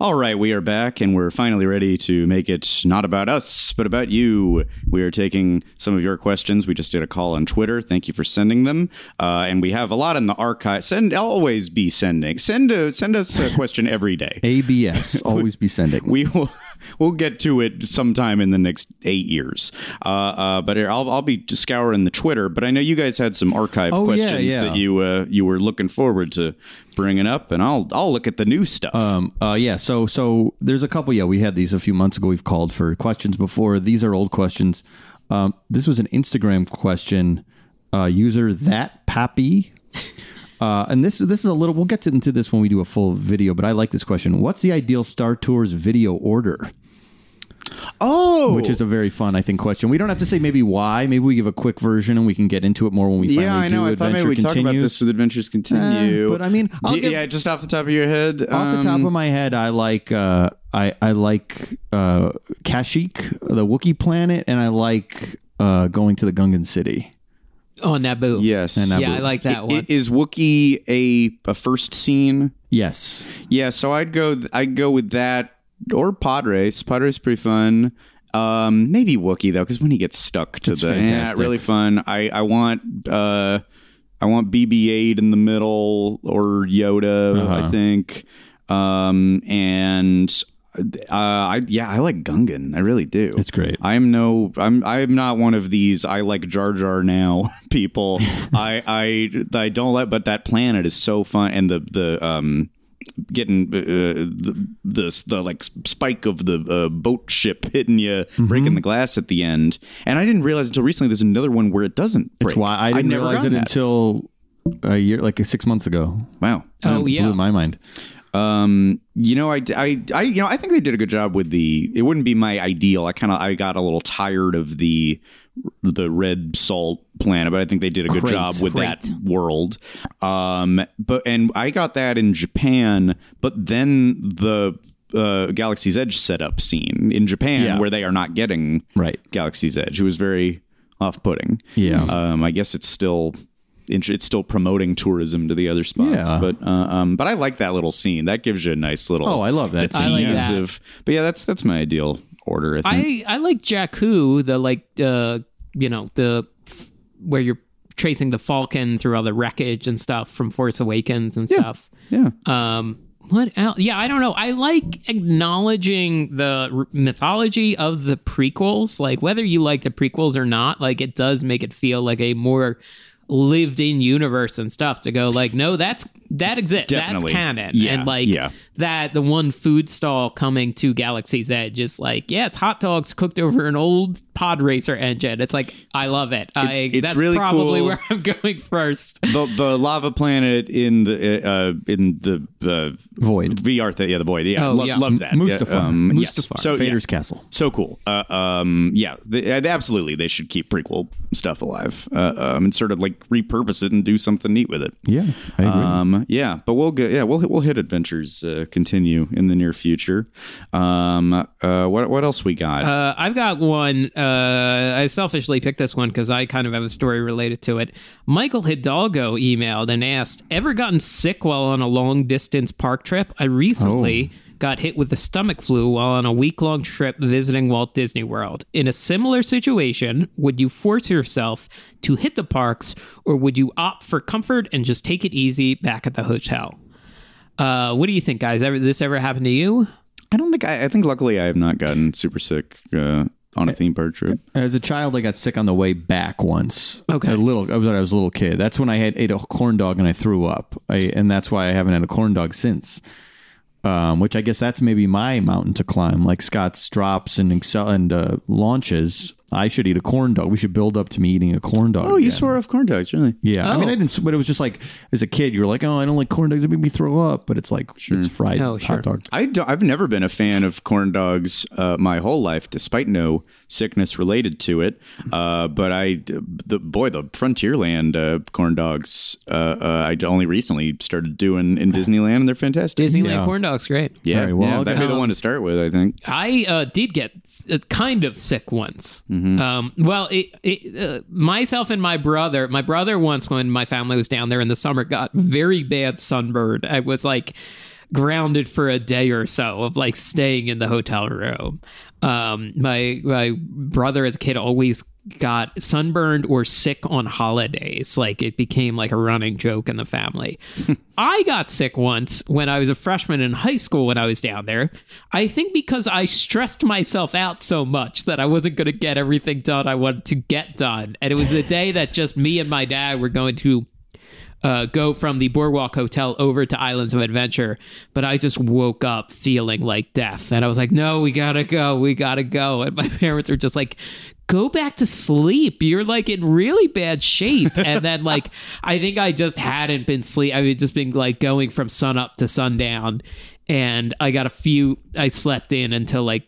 S3: All right, we are back, and we're finally ready to make it not about us, but about you. We are taking some of your questions. We just did a call on Twitter. Thank you for sending them, uh, and we have a lot in the archive. Send always be sending. Send a, send us a question every day.
S4: ABS always be sending.
S3: we will we'll get to it sometime in the next eight years. Uh, uh, but here, I'll I'll be just scouring the Twitter. But I know you guys had some archive
S4: Oh, yeah,
S3: questions
S4: yeah.
S3: that you uh, you were looking forward to bringing up, and I'll I'll look at the new stuff.
S4: um, uh, yeah. So so there's a couple. Yeah, we had these a few months ago. We've called for questions before. These are old questions. Um, this was an Instagram question. Uh, user that pappy. Uh, and this this is a little. We'll get into this when we do a full video. But I like this question. What's the ideal Star Tours video order?
S3: oh,
S4: which is a very fun, I think, question. We don't have to say maybe why. Maybe we give a quick version and we can get into it more when we finally
S3: yeah, I know.
S4: do.
S3: I thought
S4: Adventure
S3: maybe we talk about
S4: continues.
S3: this with Adventures Continue.
S4: Eh, but I mean, I'll
S3: Do you-
S4: give-
S3: yeah, just off the top of your head, um,
S4: Off the top of my head, I like uh, I I like uh, Kashyyyk, the Wookiee planet, and I like uh, going to the Gungan city.
S5: on Naboo.
S3: yes,
S5: Yeah, I like that one.
S3: It, is Wookiee a a first scene?
S4: Yes,
S3: Yeah, so I'd go. I'd go with that or pod race. Pod race is pretty fun. Um, maybe Wookie though, because when he gets stuck to eh,
S4: It's
S3: the yeah,
S4: fantastic.
S3: really fun. I I want uh I want BB-8 in the middle or Yoda. I think. Um, and uh, I yeah, I like Gungan. I really do.
S4: It's great.
S3: I'm no, I'm, I'm not one of these. I like Jar Jar now, people. I, I, I don't like, but that planet is so fun, and the, the, um, getting uh, the, the the like spike of the uh, boat ship hitting you
S4: Mm-hmm.
S3: breaking the glass at the end and i didn't realize until recently there's another one where it doesn't break
S4: It's why I
S3: I'd
S4: didn't
S3: never
S4: realize it
S3: gotten that.
S4: until a year, like six months ago.
S3: wow
S5: Oh yeah.
S4: blew my mind.
S3: Um, you know, I, I, I, you know, I think they did a good job with the. It wouldn't be my ideal. I kind of, I got a little tired of the, the red salt planet, but I think they did a good
S5: Crate,
S3: job with
S5: crate.
S3: that world. Um, but and I got that in Japan, but then the uh, Galaxy's Edge setup scene in Japan
S4: Yeah.
S3: where they are not getting
S4: Right.
S3: Galaxy's Edge. It was very off-putting.
S4: Yeah.
S3: Um, I guess it's still int- it's still promoting tourism to the other spots,
S4: Yeah.
S3: but uh, um, but I like that little scene. That gives you a nice little.
S4: Oh, I love that
S3: the
S5: I like
S3: tease
S5: that.
S3: of- but yeah, that's that's my ideal order. I think.
S5: I I like Jakku, the like uh you know the f- where you're tracing the Falcon through all the wreckage and stuff from Force Awakens and stuff.
S3: yeah.
S5: Um, what else? Yeah, I don't know. I like acknowledging the r- mythology of the prequels. Like whether you like the prequels or not, like it does make it feel like a more lived in universe and stuff to go like no that's that exists
S3: Definitely.
S5: that's canon
S3: Yeah,
S5: and like
S3: yeah.
S5: that the one food stall coming to galaxy's edge is like yeah it's hot dogs cooked over an old pod racer engine it's like i love it I,
S3: it's
S5: that's
S3: really
S5: probably
S3: cool.
S5: where i'm going first
S3: the the lava planet in the uh, in the the
S4: Void.
S3: VR thing. Yeah, the void. Yeah,
S5: Oh,
S3: Lo-
S5: yeah.
S3: love that.
S4: Mustafar.
S3: Yeah, um, yes.
S4: Mustafar.
S3: So yeah.
S4: Vader's castle.
S3: So cool. Uh, um, yeah, they, uh, they- absolutely. They should keep prequel stuff alive uh, um, and sort of like repurpose it and do something neat with it.
S4: Yeah, I agree.
S3: Um, yeah, but we'll get yeah we'll hit- we'll hit adventures uh, continue in the near future. Um, uh, what what else we got?
S5: Uh, I've got one. Uh, I selfishly picked this one because I kind of have a story related to it. Michael Hidalgo emailed and asked, "Ever gotten sick while on a long distance park trip? I recently." Got hit with the stomach flu while on a week long trip visiting Walt Disney World. In a similar situation, would you force yourself to hit the parks or would you opt for comfort and just take it easy back at the hotel? Uh, what do you think, guys? Ever this ever happened to you?
S3: I don't think I, I think luckily I have not gotten super sick uh, on a theme park trip.
S4: As a child, I got sick on the way back once.
S5: Okay.
S4: a little. I was when I was a little kid. That's when I had ate a corn dog and I threw up. I, and that's why I haven't had a corn dog since. Um, which I guess that's maybe my mountain to climb. Like Scott's drops and excel and uh, launches. I should eat a corn dog. We should build up to me eating a corn dog.
S3: Oh, you
S4: again.
S3: swore off corn dogs, really?
S4: Yeah, I mean,
S5: Oh.
S4: I didn't, s- but it was just like as a kid, you were like, "Oh, I don't like corn dogs; it made me throw up." But it's like it's fried
S5: Oh, sure.
S4: hot dog.
S3: I don't, I've never been a fan of corn dogs uh, my whole life, despite no sickness related to it. Uh, but I, the boy, the Frontierland uh, corn dogs, uh, uh, I only recently started doing in Disneyland, and they're fantastic.
S5: Disneyland corn dogs, great.
S3: Yeah,
S4: Very well
S3: yeah, that'd be the one to start with, I think.
S5: I uh, did get uh, kind of sick once. Um, well, it, it, uh, myself and my brother, my brother once when my family was down there in the summer got very bad sunburn. I was like grounded for a day or so of like staying in the hotel room. Um, my my brother as a kid always got sunburned or sick on holidays. Like it became like a running joke in the family. I got sick once when I was a freshman in high school when I was down there. I think because I stressed myself out so much that I wasn't going to get everything done I wanted to get done. And it was a day that just me and my dad were going to uh, go from the Boardwalk Hotel over to Islands of Adventure, but I just woke up feeling like death. And I was like, no, we gotta go. We gotta go. And my parents were just like, go back to sleep. You're like in really bad shape. And then, like, I think I just hadn't been sleep. I mean, just been like going from sunup to sundown. And I got a few, I slept in until like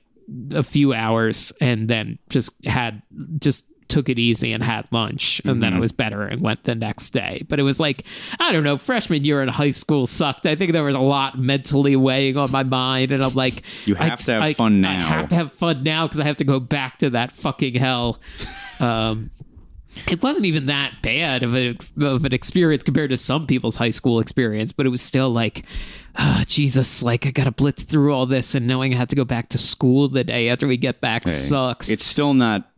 S5: a few hours and then just had just took it easy and had lunch and
S3: Mm-hmm.
S5: then I was better and went the next day. But it was like, I don't know, freshman year in high school sucked. I think there was a lot mentally weighing on my mind and I'm like
S3: You
S5: I-
S3: have to have
S5: I-
S3: fun
S5: I
S3: now.
S5: have to have fun now because I have to go back to that fucking hell. Um it wasn't even that bad of, a, of an experience compared to some people's high school experience, but it was still like, oh, Jesus, like I got to blitz through all this and knowing I have to go back to school the day after we get back sucks.
S3: It's still not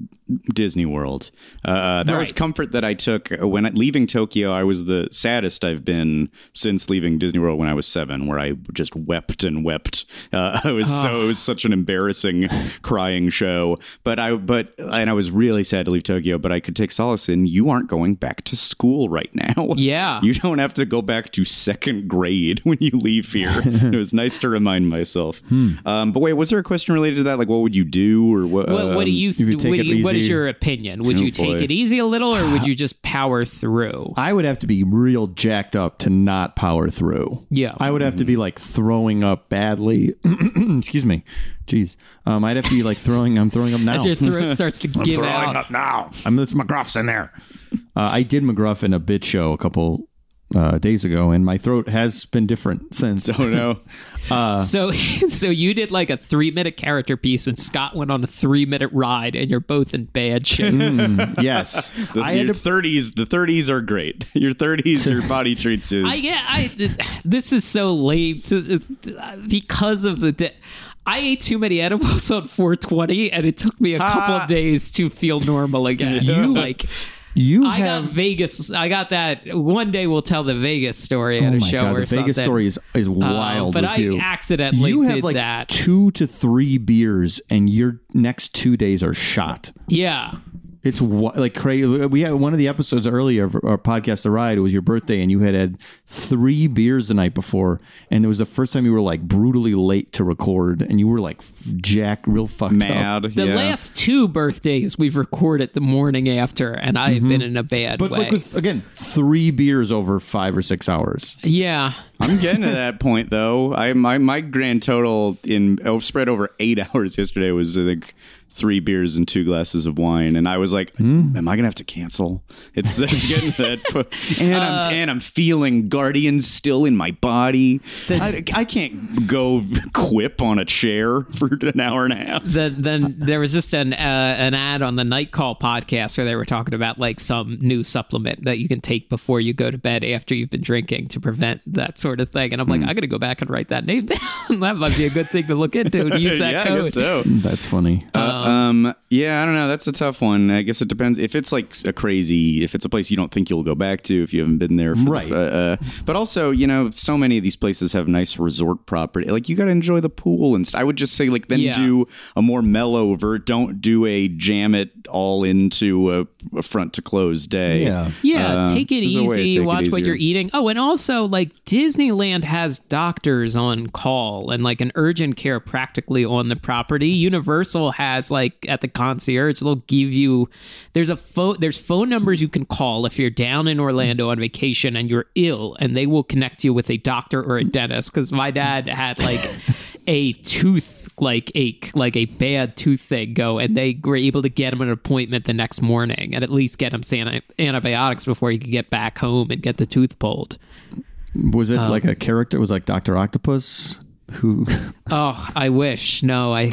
S3: Disney World. Uh, that was
S5: Right.
S3: comfort that I took when leaving Tokyo. I was the saddest I've been since leaving Disney World when I was seven, where I just wept and wept. Uh, I was so it was such an embarrassing crying show. But I but and I was really sad to leave Tokyo. But I could take solace in you aren't going back to school right now.
S5: Yeah.
S3: you don't have to go back to second grade when you leave here. it was nice to remind myself.
S4: Hmm.
S3: Um, but wait, was there a question related to that? Like, what would you do or what? uh,
S5: what, what do you,
S4: you
S5: th-
S4: take
S5: what,
S4: it
S5: do you- what is
S4: easy.
S5: your opinion? Would
S3: Oh,
S5: you take
S3: boy.
S5: it easy a little or would you just power through?
S4: I would have to be real jacked up to not power through.
S5: Yeah.
S4: I would have to be like throwing up badly. Excuse me. Jeez. Um, I'd have to be like throwing. I'm throwing up now.
S5: As your throat starts to give
S7: Throwing
S5: out.
S7: up now.
S4: I'm that's my
S7: McGruff's in there.
S4: Uh, I did McGruff in a bit show a couple uh, days ago, and my throat has been different since.
S3: Oh no.
S5: So, so you did like a three minute character piece, and Scott went on a three minute ride, and you're both in bad shape.
S4: yes,
S3: The,
S4: I
S3: your
S4: had to.
S3: 30s, the 30s are great. Your 30s, your body treats you.
S5: I yeah, I th- this is so lame to, because of the. Di- I ate too many edibles on 420, and it took me a couple of days to feel normal again. You like.
S4: Ah. You
S5: I
S4: have.
S5: got Vegas. I got that. One day we'll tell the Vegas story at
S4: oh
S5: a
S4: my
S5: show
S4: god,
S5: or
S4: the
S5: something.
S4: Vegas story is is
S5: Uh,
S4: wild.
S5: but
S4: with
S5: I
S4: you.
S5: accidentally
S4: you have
S5: did
S4: like
S5: that.
S4: two to three beers, and your next two days are shot.
S5: yeah,
S4: It's wi- like crazy. We had one of the episodes earlier of our podcast, The Ride. It was your birthday, and you had had three beers the night before, and it was the first time you were like brutally late to record, and you were like f- jack, real fucked up.
S3: Mad.
S5: the
S3: yeah.
S5: last two birthdays we've recorded the morning after, and I have been in a bad
S4: Mm-hmm. But
S5: way.
S4: like with, again, three beers over five or six hours.
S5: yeah,
S3: I'm getting to that point though. I my my grand total in oh, spread over eight hours yesterday was I think three beers and two glasses of wine, and I was like,
S5: Hmm.
S3: "Am I gonna have to cancel?" It's, it's getting to that, point. and
S5: uh,
S3: I'm and I'm feeling guardians still in my body. I, I can't go quip on a chair for an hour and a half.
S5: then then there was just an uh, an ad on the Night Call podcast where they were talking about like some new supplement that you can take before you go to bed after you've been drinking to prevent that sort of thing. And I'm like,
S3: Hmm.
S5: I'm gonna go back and write that name down. that might be a good thing to look into to use that
S3: yeah, I
S5: code.
S3: guess so.
S4: That's funny.
S3: Um, yeah, I don't know. That's a tough one. I guess it depends. If it's like a crazy, if it's a place you don't think you'll go back to, if you haven't been there, for the-
S4: Right.
S3: uh, uh, but also, you know, so many of these places have nice resort property. Like you got to enjoy the pool, and st- I would just say like then
S5: Yeah.
S3: do a more mellow vert. Don't do a jam it all into a, a front to close day.
S4: Yeah.
S5: Yeah,
S3: Uh,
S5: take it
S3: there's a way to
S5: easy.
S3: take it
S5: watch what
S3: easier.
S5: you're eating. Oh, and also like Disneyland has doctors on call and like an urgent care practically on the property. Universal has like at the concierge they'll give you there's a phone there's phone numbers you can call if you're down in Orlando on vacation and you're ill and they will connect you with a doctor or a dentist cuz my dad had like a tooth like ache, like a bad tooth thing go, and they were able to get him an appointment the next morning and at least get him san- antibiotics before he could get back home and get the tooth pulled.
S4: was it like a character? Was it like Doctor Octopus? Who?
S5: Oh, I wish. No, I.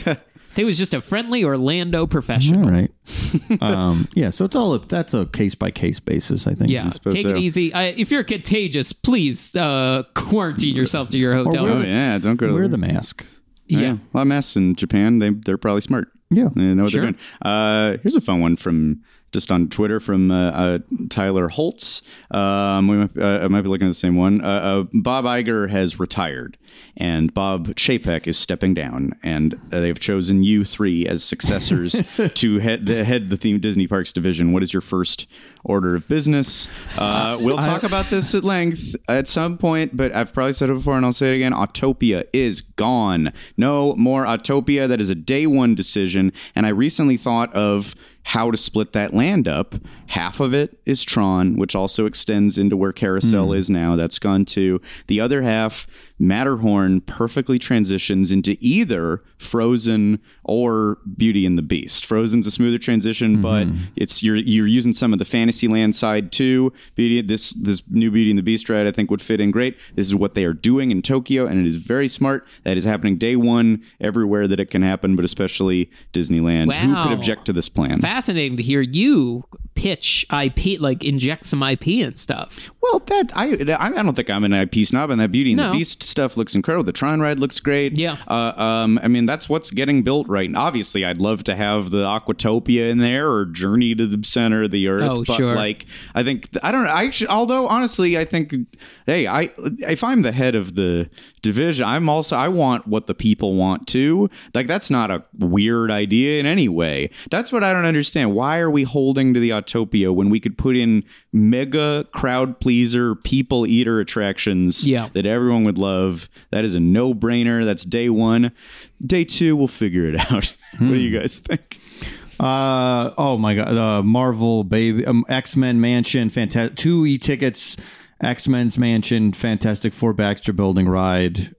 S5: It was just a friendly Orlando professional.
S3: Hmm.
S4: all right. um, yeah. So it's all a, that's a case by case basis. I think.
S5: Yeah,
S3: suppose
S5: take
S3: so.
S5: it easy. I, if you're contagious, please uh, quarantine yourself to your hotel.
S3: Oh yeah, don't go to
S4: Wear the mask.
S5: yeah.
S3: Yeah. Well, I'm in Japan. They they're probably smart.
S4: Yeah.
S3: They know what
S5: Sure.
S3: they're doing. Uh, here's a fun one from just on Twitter from uh, uh, Tyler Holtz. Um, we might, uh, I might be looking at the same one. Uh, uh, Bob Iger has retired, and Bob Chapek is stepping down, and uh, they've chosen you three as successors to head the head the theme Disney Parks division. What is your first order of business? Uh, we'll talk about this at length at some point, but I've probably said it before and I'll say it again. Autopia is gone. No more Autopia. That is a day one decision. And I recently thought of how to split that land up. Half of it is Tron, which also extends into where Carousel is now. That's gone too. The other half, Matterhorn, perfectly transitions into either Frozen or Beauty and the Beast. Frozen's a smoother transition, but it's you're you're using some of the Fantasyland side too. Beauty this this new Beauty and the Beast ride I think would fit in great. This is what they are doing in Tokyo, and it is very smart. That is happening day one everywhere that it can happen, but especially Disneyland. Who
S5: Wow.
S3: could object to this plan?
S5: fascinating to hear you pitch IP, like inject some IP and stuff.
S3: Well, that I I I don't think I'm an IP snob, and that Beauty and
S5: No.
S3: the Beast stuff looks incredible. The Tron ride looks great.
S5: Yeah.
S3: Uh, um, I mean, that's what's getting built right now. Obviously, I'd love to have the Aquatopia in there or Journey to the Center of the Earth.
S5: Oh,
S3: but
S5: sure.
S3: Like, I think I don't know. I actually, although honestly, I think, hey, I if I'm the head of the division, I'm also I want what the people want too. Like, that's not a weird idea in any way. That's what I don't understand. Why are we holding to the Autopia when we could put in mega crowd pleaser, people eater attractions
S5: Yeah.
S3: that everyone would love? That is a no brainer. That's day one. Day two, we'll figure it out. what do
S5: Hmm.
S3: you guys think?
S4: Uh oh my god, uh, Marvel baby, um, X Men Mansion, fantastic two e tickets, X Men's Mansion, Fantastic Four Baxter Building ride,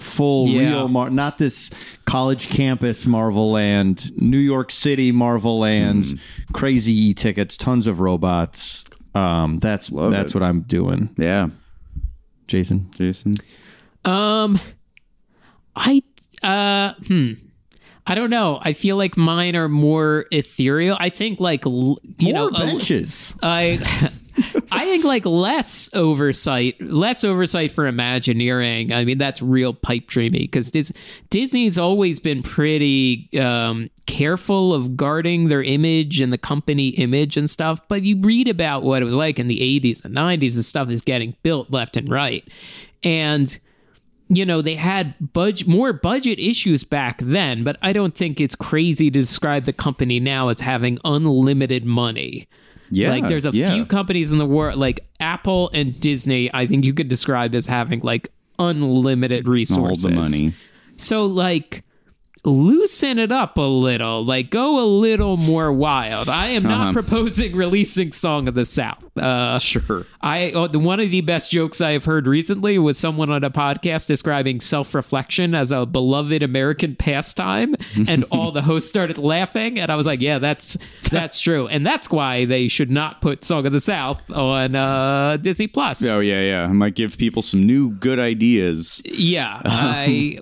S4: full
S5: Yeah.
S4: real Mar- not this college campus Marvel Land, New York City Marvel Land,
S3: Hmm.
S4: crazy e tickets, tons of robots. Um, that's that's what I'm doing,
S3: Yeah,
S4: Jason.
S3: Jason.
S5: Um, I uh, hmm. I don't know. I feel like mine are more ethereal. I think like l- you
S4: More
S5: know a-
S4: benches.
S5: I I think like less oversight, less oversight for Imagineering. I mean, that's real pipe dreamy because Dis- Disney's always been pretty um, careful of guarding their image and the company image and stuff. But you read about what it was like in the 80s and 90s, and stuff is getting built left and right. And you know they had budget more budget issues back then but i don't think it's crazy to describe the company now as having unlimited money
S3: Yeah,
S5: like there's a
S3: yeah.
S5: few companies in the world like Apple and Disney, I think you could describe as having like unlimited
S3: all
S5: resources.
S3: the money.
S5: So like loosen it up a little. Like go a little more wild. I am not proposing releasing Song of the South. Uh
S3: Sure.
S5: I oh, the, one of the best jokes I have heard recently was someone on a podcast describing self-reflection as a beloved American pastime, and all the hosts started laughing, and I was like, "Yeah, that's that's true, and that's why they should not put Song of the South on uh, Disney Plus."
S3: Oh yeah, yeah. I might give people some new good ideas.
S5: Yeah, I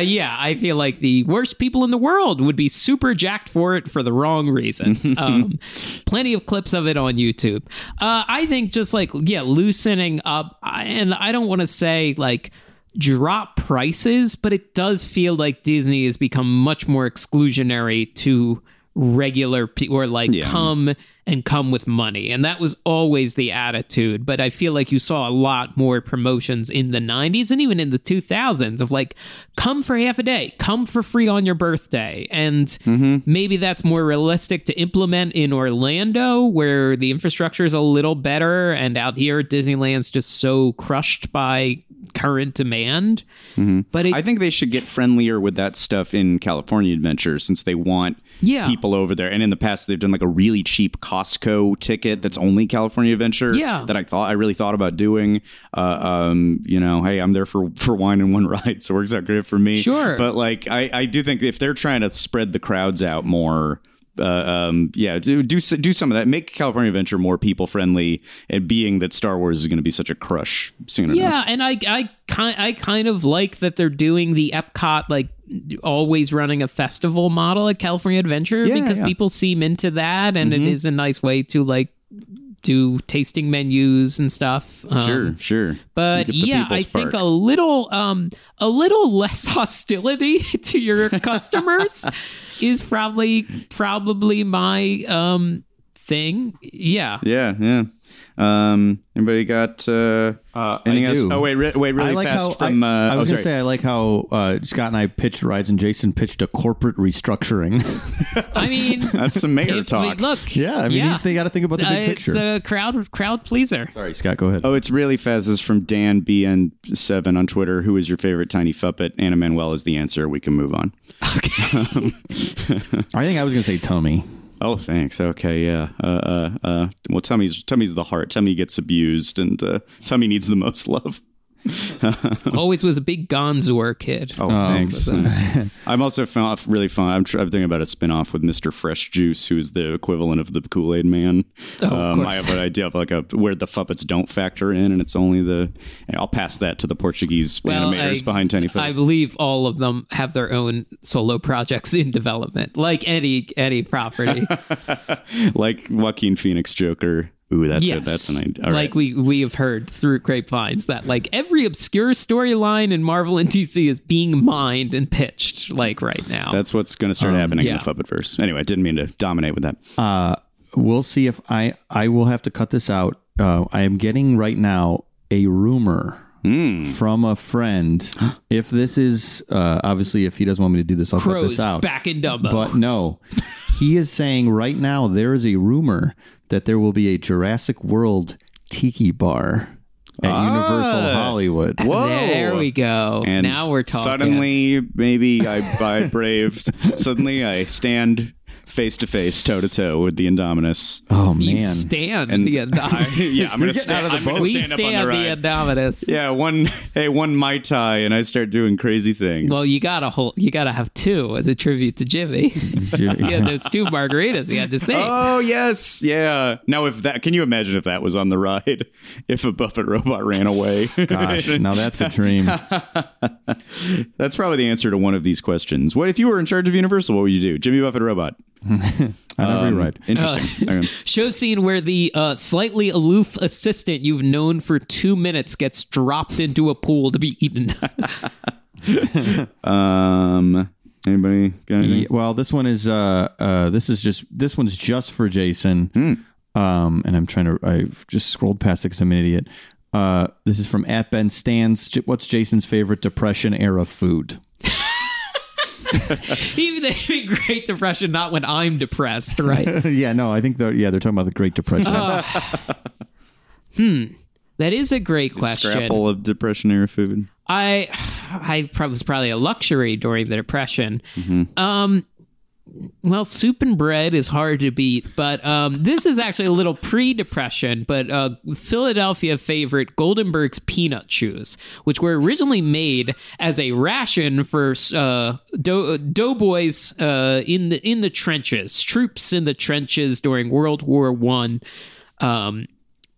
S5: yeah, I feel like the worst people in the world would be super jacked for it for the wrong reasons. um, plenty of clips of it on YouTube. Uh, I think just like yeah, loosening up, I- and I don't want to say like drop prices, but it does feel like Disney has become much more exclusionary to regular people or like come and come with money and that was always the attitude but i feel like you saw a lot more promotions in the 90s and even in the 2000s of like come for half a day come for free on your birthday and
S3: Mm-hmm.
S5: maybe that's more realistic to implement in orlando where the infrastructure is a little better and out here disneyland's just so crushed by current demand but it,
S3: Mm-hmm. I think they should get friendlier with that stuff in California Adventure since they want
S5: Yeah.
S3: people over there. And in the past, they've done like a really cheap Costco ticket that's only California Adventure.
S5: Yeah.
S3: that I thought I really thought about doing. Uh, um, you know, hey, I'm there for for wine and one ride, so it works out great for me.
S5: Sure.
S3: but like I, I do think if they're trying to spread the crowds out more. Uh, um, yeah, do, do s- do some of that. Make California Adventure more people friendly, and being that Star Wars is going to be such a crush soon enough.
S5: Yeah, and I I kind I kind of like that they're doing the Epcot like always running a festival model at California Adventure
S3: Yeah,
S5: because
S3: yeah. Mm-hmm.
S5: people seem into that, and it is a nice way to like do tasting menus and stuff. Um,
S3: Sure, sure.
S5: But
S3: You get the
S5: yeah, I
S3: people's
S5: think
S3: park.
S5: a little um a little less hostility to your customers is probably probably my um thing. Yeah.
S3: Yeah, yeah. Um, anybody got uh,
S4: Uh,
S3: anything
S4: I
S3: else?
S4: do.
S3: Oh wait, re- wait, really
S4: I like
S3: fast
S4: how
S3: from.
S4: I,
S3: uh,
S4: I was
S3: oh,
S4: gonna
S3: sorry.
S4: say I like how uh, Scott and I pitched rides, and Jason pitched a corporate restructuring.
S5: I mean
S3: that's some mayor
S5: if
S3: talk.
S5: We, look.
S4: yeah, I mean, he's, they got to think about the
S5: Uh,
S4: big
S5: it's
S4: picture.
S5: a crowd crowd pleaser.
S4: Sorry, Scott, go ahead.
S3: oh, it's really fast. This is from Dan BN7 on Twitter. Who is your favorite tiny puppet? Anna Manuel is the answer. We can move on.
S4: I think I was gonna say tummy.
S3: Oh, thanks. Okay, yeah. Uh, uh, uh, well, tummy's tummy's the heart. Tummy gets abused, and uh, tummy needs the most love.
S5: Always was a big Gonzor kid.
S3: Oh, thanks. I'm also fa- really fun. I'm, tr- I'm thinking about a spinoff with Mr. Fresh Juice, who is the equivalent of the Kool Aid Man. Um,
S5: Oh, of
S3: I
S5: course.
S3: have an idea of like a where the Fuppets don't factor in, and it's only the. I'll pass that to the Portuguese animators
S5: I-
S3: behind Tiny
S5: I
S3: Phillips.
S5: believe all of them have their own solo projects in development, like any any property.
S3: like Joaquin Phoenix Joker. Ooh, that's
S5: yes,
S3: it. That's an idea. All
S5: like
S3: right.
S5: we we have heard through grapevines that like every obscure storyline in Marvel and DC is being mined and pitched like right now.
S3: That's what's going to start happening in
S5: Um, yeah.
S3: the Fuppetverse. Anyway, I didn't mean to dominate with that.
S4: We'll see if I I will have to cut this out. Uh, I am getting right now a rumor from a friend. if this is uh, obviously, if he doesn't want me to do this, I'll cut
S5: Crow's
S4: this out.
S5: back in Dumbo.
S4: But no, he is saying right now there is a rumor that there will be a Jurassic World tiki bar at Universal Hollywood.
S5: there we go.
S3: oh, And
S5: now we're talking.
S3: Suddenly, maybe I buy brave. suddenly, I stand face to face, toe to toe with the Indominus.
S4: Oh
S5: you
S4: man,
S5: stand
S3: And
S5: the Indominus.
S3: yeah, I'm gonna
S4: getting out
S3: stand
S4: of the
S3: I'm gonna
S4: boat.
S5: we
S3: stand up on the
S5: stand the
S3: ride.
S5: Indominus.
S3: Yeah, one hey, one mai tai, and I start doing crazy things.
S5: Well, you gotta hold. You gotta have two as a tribute to Jimmy. he had those two margaritas. He had to say.
S3: Oh yes, yeah. Now if that, can you imagine if that was on the ride? If a Buffett robot ran away,
S4: gosh, now that's a dream.
S3: that's probably the answer to one of these questions. What if you were in charge of Universal? What would you do, Jimmy Buffett robot?
S4: On every ride.
S3: Interesting. Okay.
S5: Show scene where the uh, slightly aloof assistant you've known for two minutes gets dropped into a pool to be eaten.
S3: Um, anybody got anything?
S4: Yeah, well, this one is uh, uh, this is just this one's just for Jason. Um, and I'm trying to I've just scrolled past it because I'm an idiot. Uh, this is from at Ben Stans. J- What's Jason's favorite Depression era food?
S5: Even the Great Depression, not when I'm depressed, right?
S4: yeah, no, I think they're yeah they're talking about the Great Depression.
S5: that is a great question.
S3: Scrapple of depression era food.
S5: I, I prob- was probably a luxury during the depression. Um, well, soup and bread is hard to beat, but um, this is actually a little pre-depression. But uh, Philadelphia favorite Goldenberg's peanut shoes, which were originally made as a ration for uh, dough- doughboys uh, in the in the trenches, troops in the trenches during World War One. Um,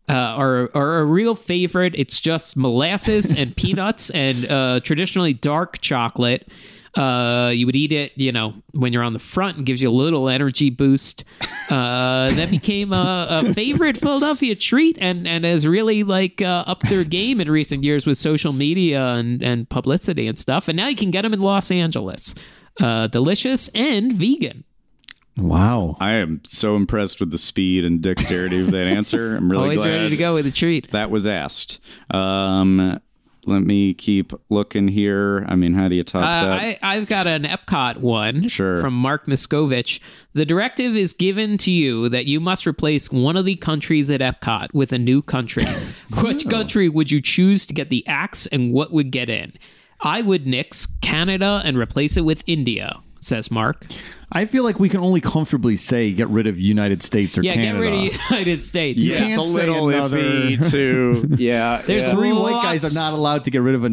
S5: uh, are are a real favorite. It's just molasses and peanuts and uh, traditionally dark chocolate. Uh, you would eat it, you know, when you're on the front and gives you a little energy boost. Uh, that became a, a favorite Philadelphia treat and, and has really like uh, upped their game in recent years with social media and, and publicity and stuff. And now you can get them in Los Angeles. Uh, delicious and vegan.
S4: wow,
S3: I am so impressed with the speed and dexterity of that answer. I'm really
S5: Always
S3: glad
S5: ready to go with a treat.
S3: that was asked. Um, let me keep looking here. I mean, how do you top
S5: Uh,
S3: that?
S5: I, I've got an Epcot one
S3: Sure.
S5: from Mark Miskovich. The directive is given to you that you must replace one of the countries at Epcot with a new country. Which
S3: Oh.
S5: country would you choose to get the axe and what would get in? I would nix Canada and replace it with India, says Mark.
S4: I feel like we can only comfortably say get rid of United States or
S5: Yeah,
S4: Canada.
S5: get rid of the United States.
S3: yeah,
S4: can't
S3: it's a
S4: say
S3: little
S4: another-
S3: iffy too. Yeah,
S5: There's
S3: yeah.
S4: Three white guys are not allowed to get rid of a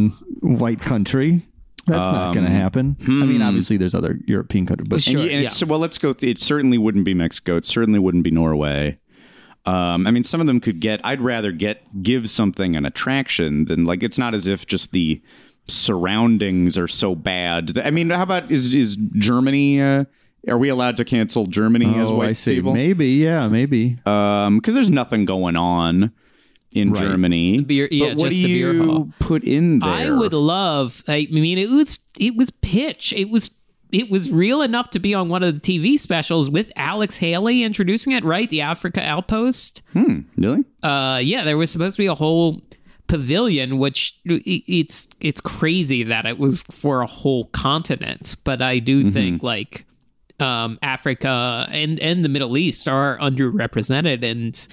S4: non-white country. That's not going to happen. I mean, obviously, there's other European countries, but
S5: Sure,
S3: And
S5: yeah.
S3: it's, well, let's go. Th- it certainly wouldn't be Mexico. It certainly wouldn't be Norway. Um, I mean, some of them could get. I'd rather get give something an attraction than like it's not as if just the surroundings are so bad. That, I mean, how about is is Germany? Uh, are we allowed to cancel Germany as
S4: oh,
S3: white
S4: I see.
S3: people?
S4: Maybe, yeah, maybe.
S3: because there's nothing going on in Germany.
S5: beer- yeah,
S3: but what
S5: just
S3: do
S5: the beer
S3: you
S5: hall.
S3: put in there?
S5: I would love. I mean, it was it was pitch. It was it was real enough to be on one of the TV specials with Alex Haley introducing it. Right, the Africa Outpost.
S3: really.
S5: Uh, yeah, there was supposed to be a whole pavilion, which i- it's it's crazy that it was for a whole continent. But I do
S3: Mm-hmm.
S5: think like um, Africa and and the Middle East are underrepresented and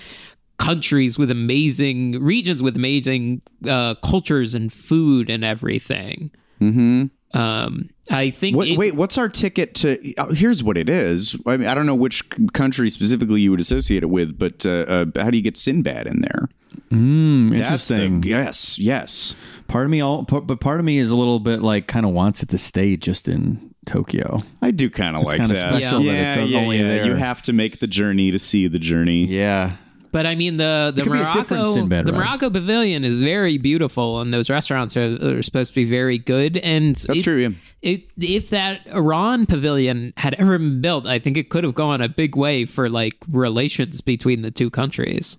S5: countries with amazing regions with amazing uh, cultures and food and everything.
S3: Mm-hmm.
S5: Um, I think
S3: What,
S5: it-
S3: wait, what's our ticket to? oh, Here's what it is. I mean, I don't know which c- country specifically you would associate it with, but uh, uh, how do you get Sinbad in there? That's the-
S4: Interesting.
S3: yes, yes.
S4: Part of me, all, par- but part of me is a little bit like kind of wants it to stay just in Tokyo.
S3: I do kind of like
S4: kinda
S3: that.
S4: special
S3: yeah.
S4: that it's
S3: yeah, yeah,
S4: only
S3: yeah.
S4: there.
S3: You have to make the journey to see the journey.
S4: Yeah.
S5: But I mean the the
S4: could be a different
S5: Morocco
S4: Sinbad
S5: the
S4: ride.
S5: Morocco Pavilion is very beautiful, and those restaurants are, are supposed to be very good. And
S3: That's
S5: it-
S3: true. Yeah.
S5: It, if that Iran pavilion had ever been built, I think it could have gone a big way for like relations between the two countries.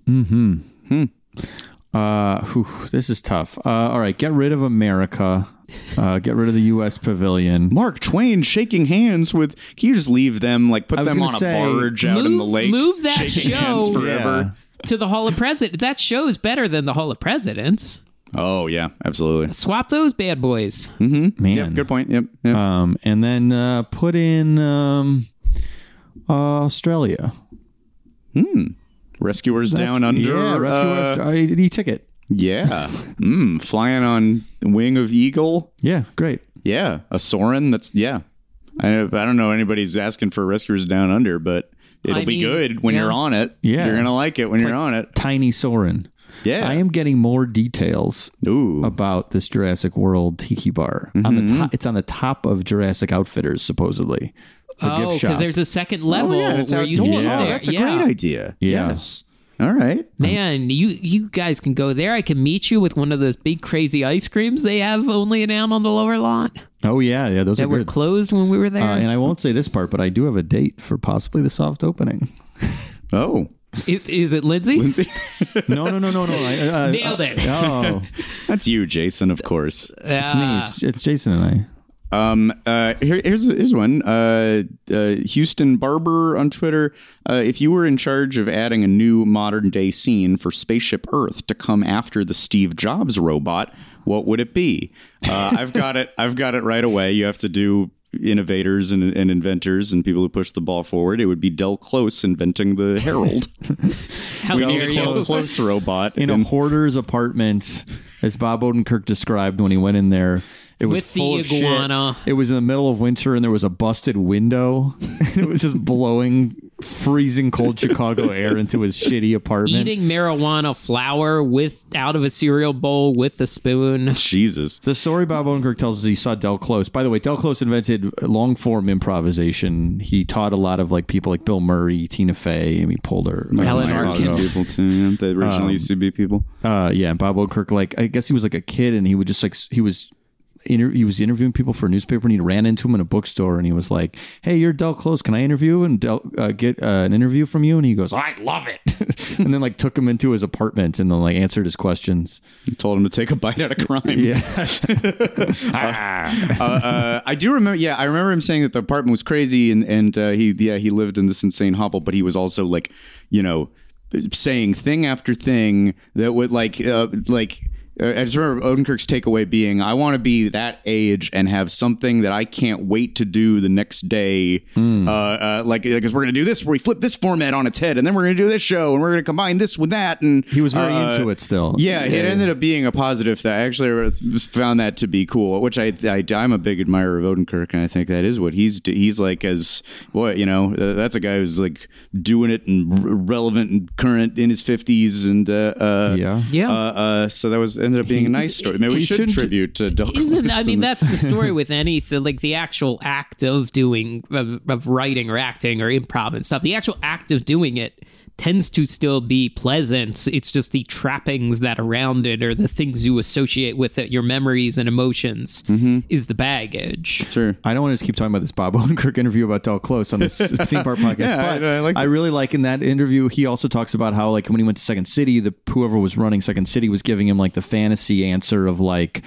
S4: Uh, whew, this is tough. Uh, all right, get rid of America. Uh, get rid of the U.S. Pavilion.
S3: Mark Twain shaking hands with. Can you just leave them? Like put
S4: I was
S3: them
S4: gonna
S3: on a
S4: say,
S3: barge out in the
S5: move-
S3: lake.
S5: move that
S3: shaking
S5: show-
S3: hands forever.
S5: To the Hall of President, that show's better than the Hall of Presidents.
S3: Oh yeah, absolutely.
S5: Swap those bad boys.
S4: Man.
S3: Yep, good point. Yep. yep.
S4: Um, and then uh, put in um, Australia.
S3: Rescuers down
S4: That's-
S3: under.
S4: Yeah, rescue
S3: uh,
S4: Australia. E-ticket.
S3: Yeah. mm, flying on wing of eagle.
S4: Yeah, great.
S3: Yeah, a Soren. That's yeah. I, I don't know anybody's asking for rescuers down under, but it'll
S5: I
S3: be
S5: mean,
S3: good when
S5: yeah.
S3: you're on it.
S4: Yeah.
S3: you're gonna like it when you're on it.
S4: Tiny Soren.
S3: Yeah.
S4: I am getting more details
S3: Ooh.
S4: about this Jurassic World Tiki Bar. On the
S5: Mm-hmm.
S4: top, it's on the top of Jurassic Outfitters, supposedly. The
S5: oh,
S4: gift shop.
S5: because there's a second level where you
S3: outdoor.
S5: can go
S3: Oh,
S5: there.
S3: that's a
S5: Yeah.
S3: great idea.
S4: Yeah.
S3: Yes. All right.
S5: Man, you you guys can go there. I can meet you with one of those big crazy ice creams they have only down on the lower lot
S4: oh yeah, yeah, those
S5: that
S4: are
S5: were
S4: good.
S5: closed when we were there.
S4: Uh, and I won't say this part, but I do have a date for possibly the soft opening.
S3: Oh,
S5: is, is it Lindsay?
S4: No, no, no, no, no. I, uh,
S5: Nailed it.
S4: Oh,
S3: that's you, Jason. Of course.
S4: it's me. It's, it's Jason and
S3: Um, uh, here, here's here's one. Uh, uh, Houston Barber on Twitter. Uh, if you were in charge of adding a new modern day scene for Spaceship Earth to come after the Steve Jobs robot, what would it be? Uh, I've got it. I've got it right away. You have to do innovators and, and inventors and people who push the ball forward. It would be Del Close inventing the Herald.
S5: How
S3: we
S5: dare
S3: need a Del
S5: you?
S3: Close robot.
S4: I in a
S3: And-
S4: hoarder's apartment, as Bob Odenkirk described when he went in there. It was
S5: With the
S4: full of shit.
S5: iguana.
S4: It was in the middle of winter, and there was a busted window. it was just blowing freezing cold Chicago air into his shitty apartment.
S5: Eating marijuana flower with out of a cereal bowl with a spoon.
S3: Jesus.
S4: The story Bob Odenkirk tells is he saw Del Close. By the way, Del Close invented long form improvisation. He taught a lot of like people like Bill Murray, Tina Fey, Amy Poehler,
S5: Alan
S4: Michael
S5: Arkin.
S4: Chicago.
S3: People too. yeah, They originally used to be people.
S4: Uh, yeah, and Bob Odenkirk. Like I guess he was like a kid, and he would just like s- he was. Inter- he was interviewing people for a newspaper and he ran into him in a bookstore and he was like hey you're del close can i interview and del- uh, get uh, an interview from you and he goes i love it and then like took him into his apartment and then like answered his questions
S3: Told him to take a bite out of crime. Yeah. uh, uh, I do remember. Yeah, I remember him saying that the apartment was crazy, and and uh, he yeah he lived in this insane hovel, but he was also like, you know, saying thing after thing that would like uh, like. uh, I just remember Odenkirk's takeaway being, "I want to be that age and have something that I can't wait to do the next day."
S4: Hmm.
S3: Uh, uh, like, because we're gonna do this, where we flip this format on its head, and then we're gonna do this show, and we're gonna combine this with that. And
S4: he was very
S3: uh,
S4: into it still
S3: yeah, it ended up being a positive thing. I actually found that to be cool, which I, I I'm a big admirer of Odenkirk, and I think that is what he's do- he's like as boy, you know, uh, that's a guy who's like doing it and r- relevant and current in his fifties, and uh, uh,
S4: Yeah.
S5: Yeah.
S3: uh, uh, so that was ended up being a nice story. Maybe we
S4: he
S3: should
S4: shouldn't-
S3: tribute to Doug.
S5: Isn't I
S3: Wilson.
S5: mean that's the story with any th- like the actual act of doing of, of writing or acting or improv and stuff. The actual act of doing it tends to still be pleasant. It's just the trappings that around it or the things you associate with it, your memories and emotions,
S3: Mm-hmm.
S5: is the baggage.
S3: sure.
S4: I don't want to just keep talking about this Bob Odenkirk interview about Del Close on this theme park podcast,
S3: Yeah, I-
S4: but
S3: I
S4: I,
S3: like that.
S4: really like in that interview he also talks about how like when he went to Second City, the whoever was running Second City was giving him like the fantasy answer of like,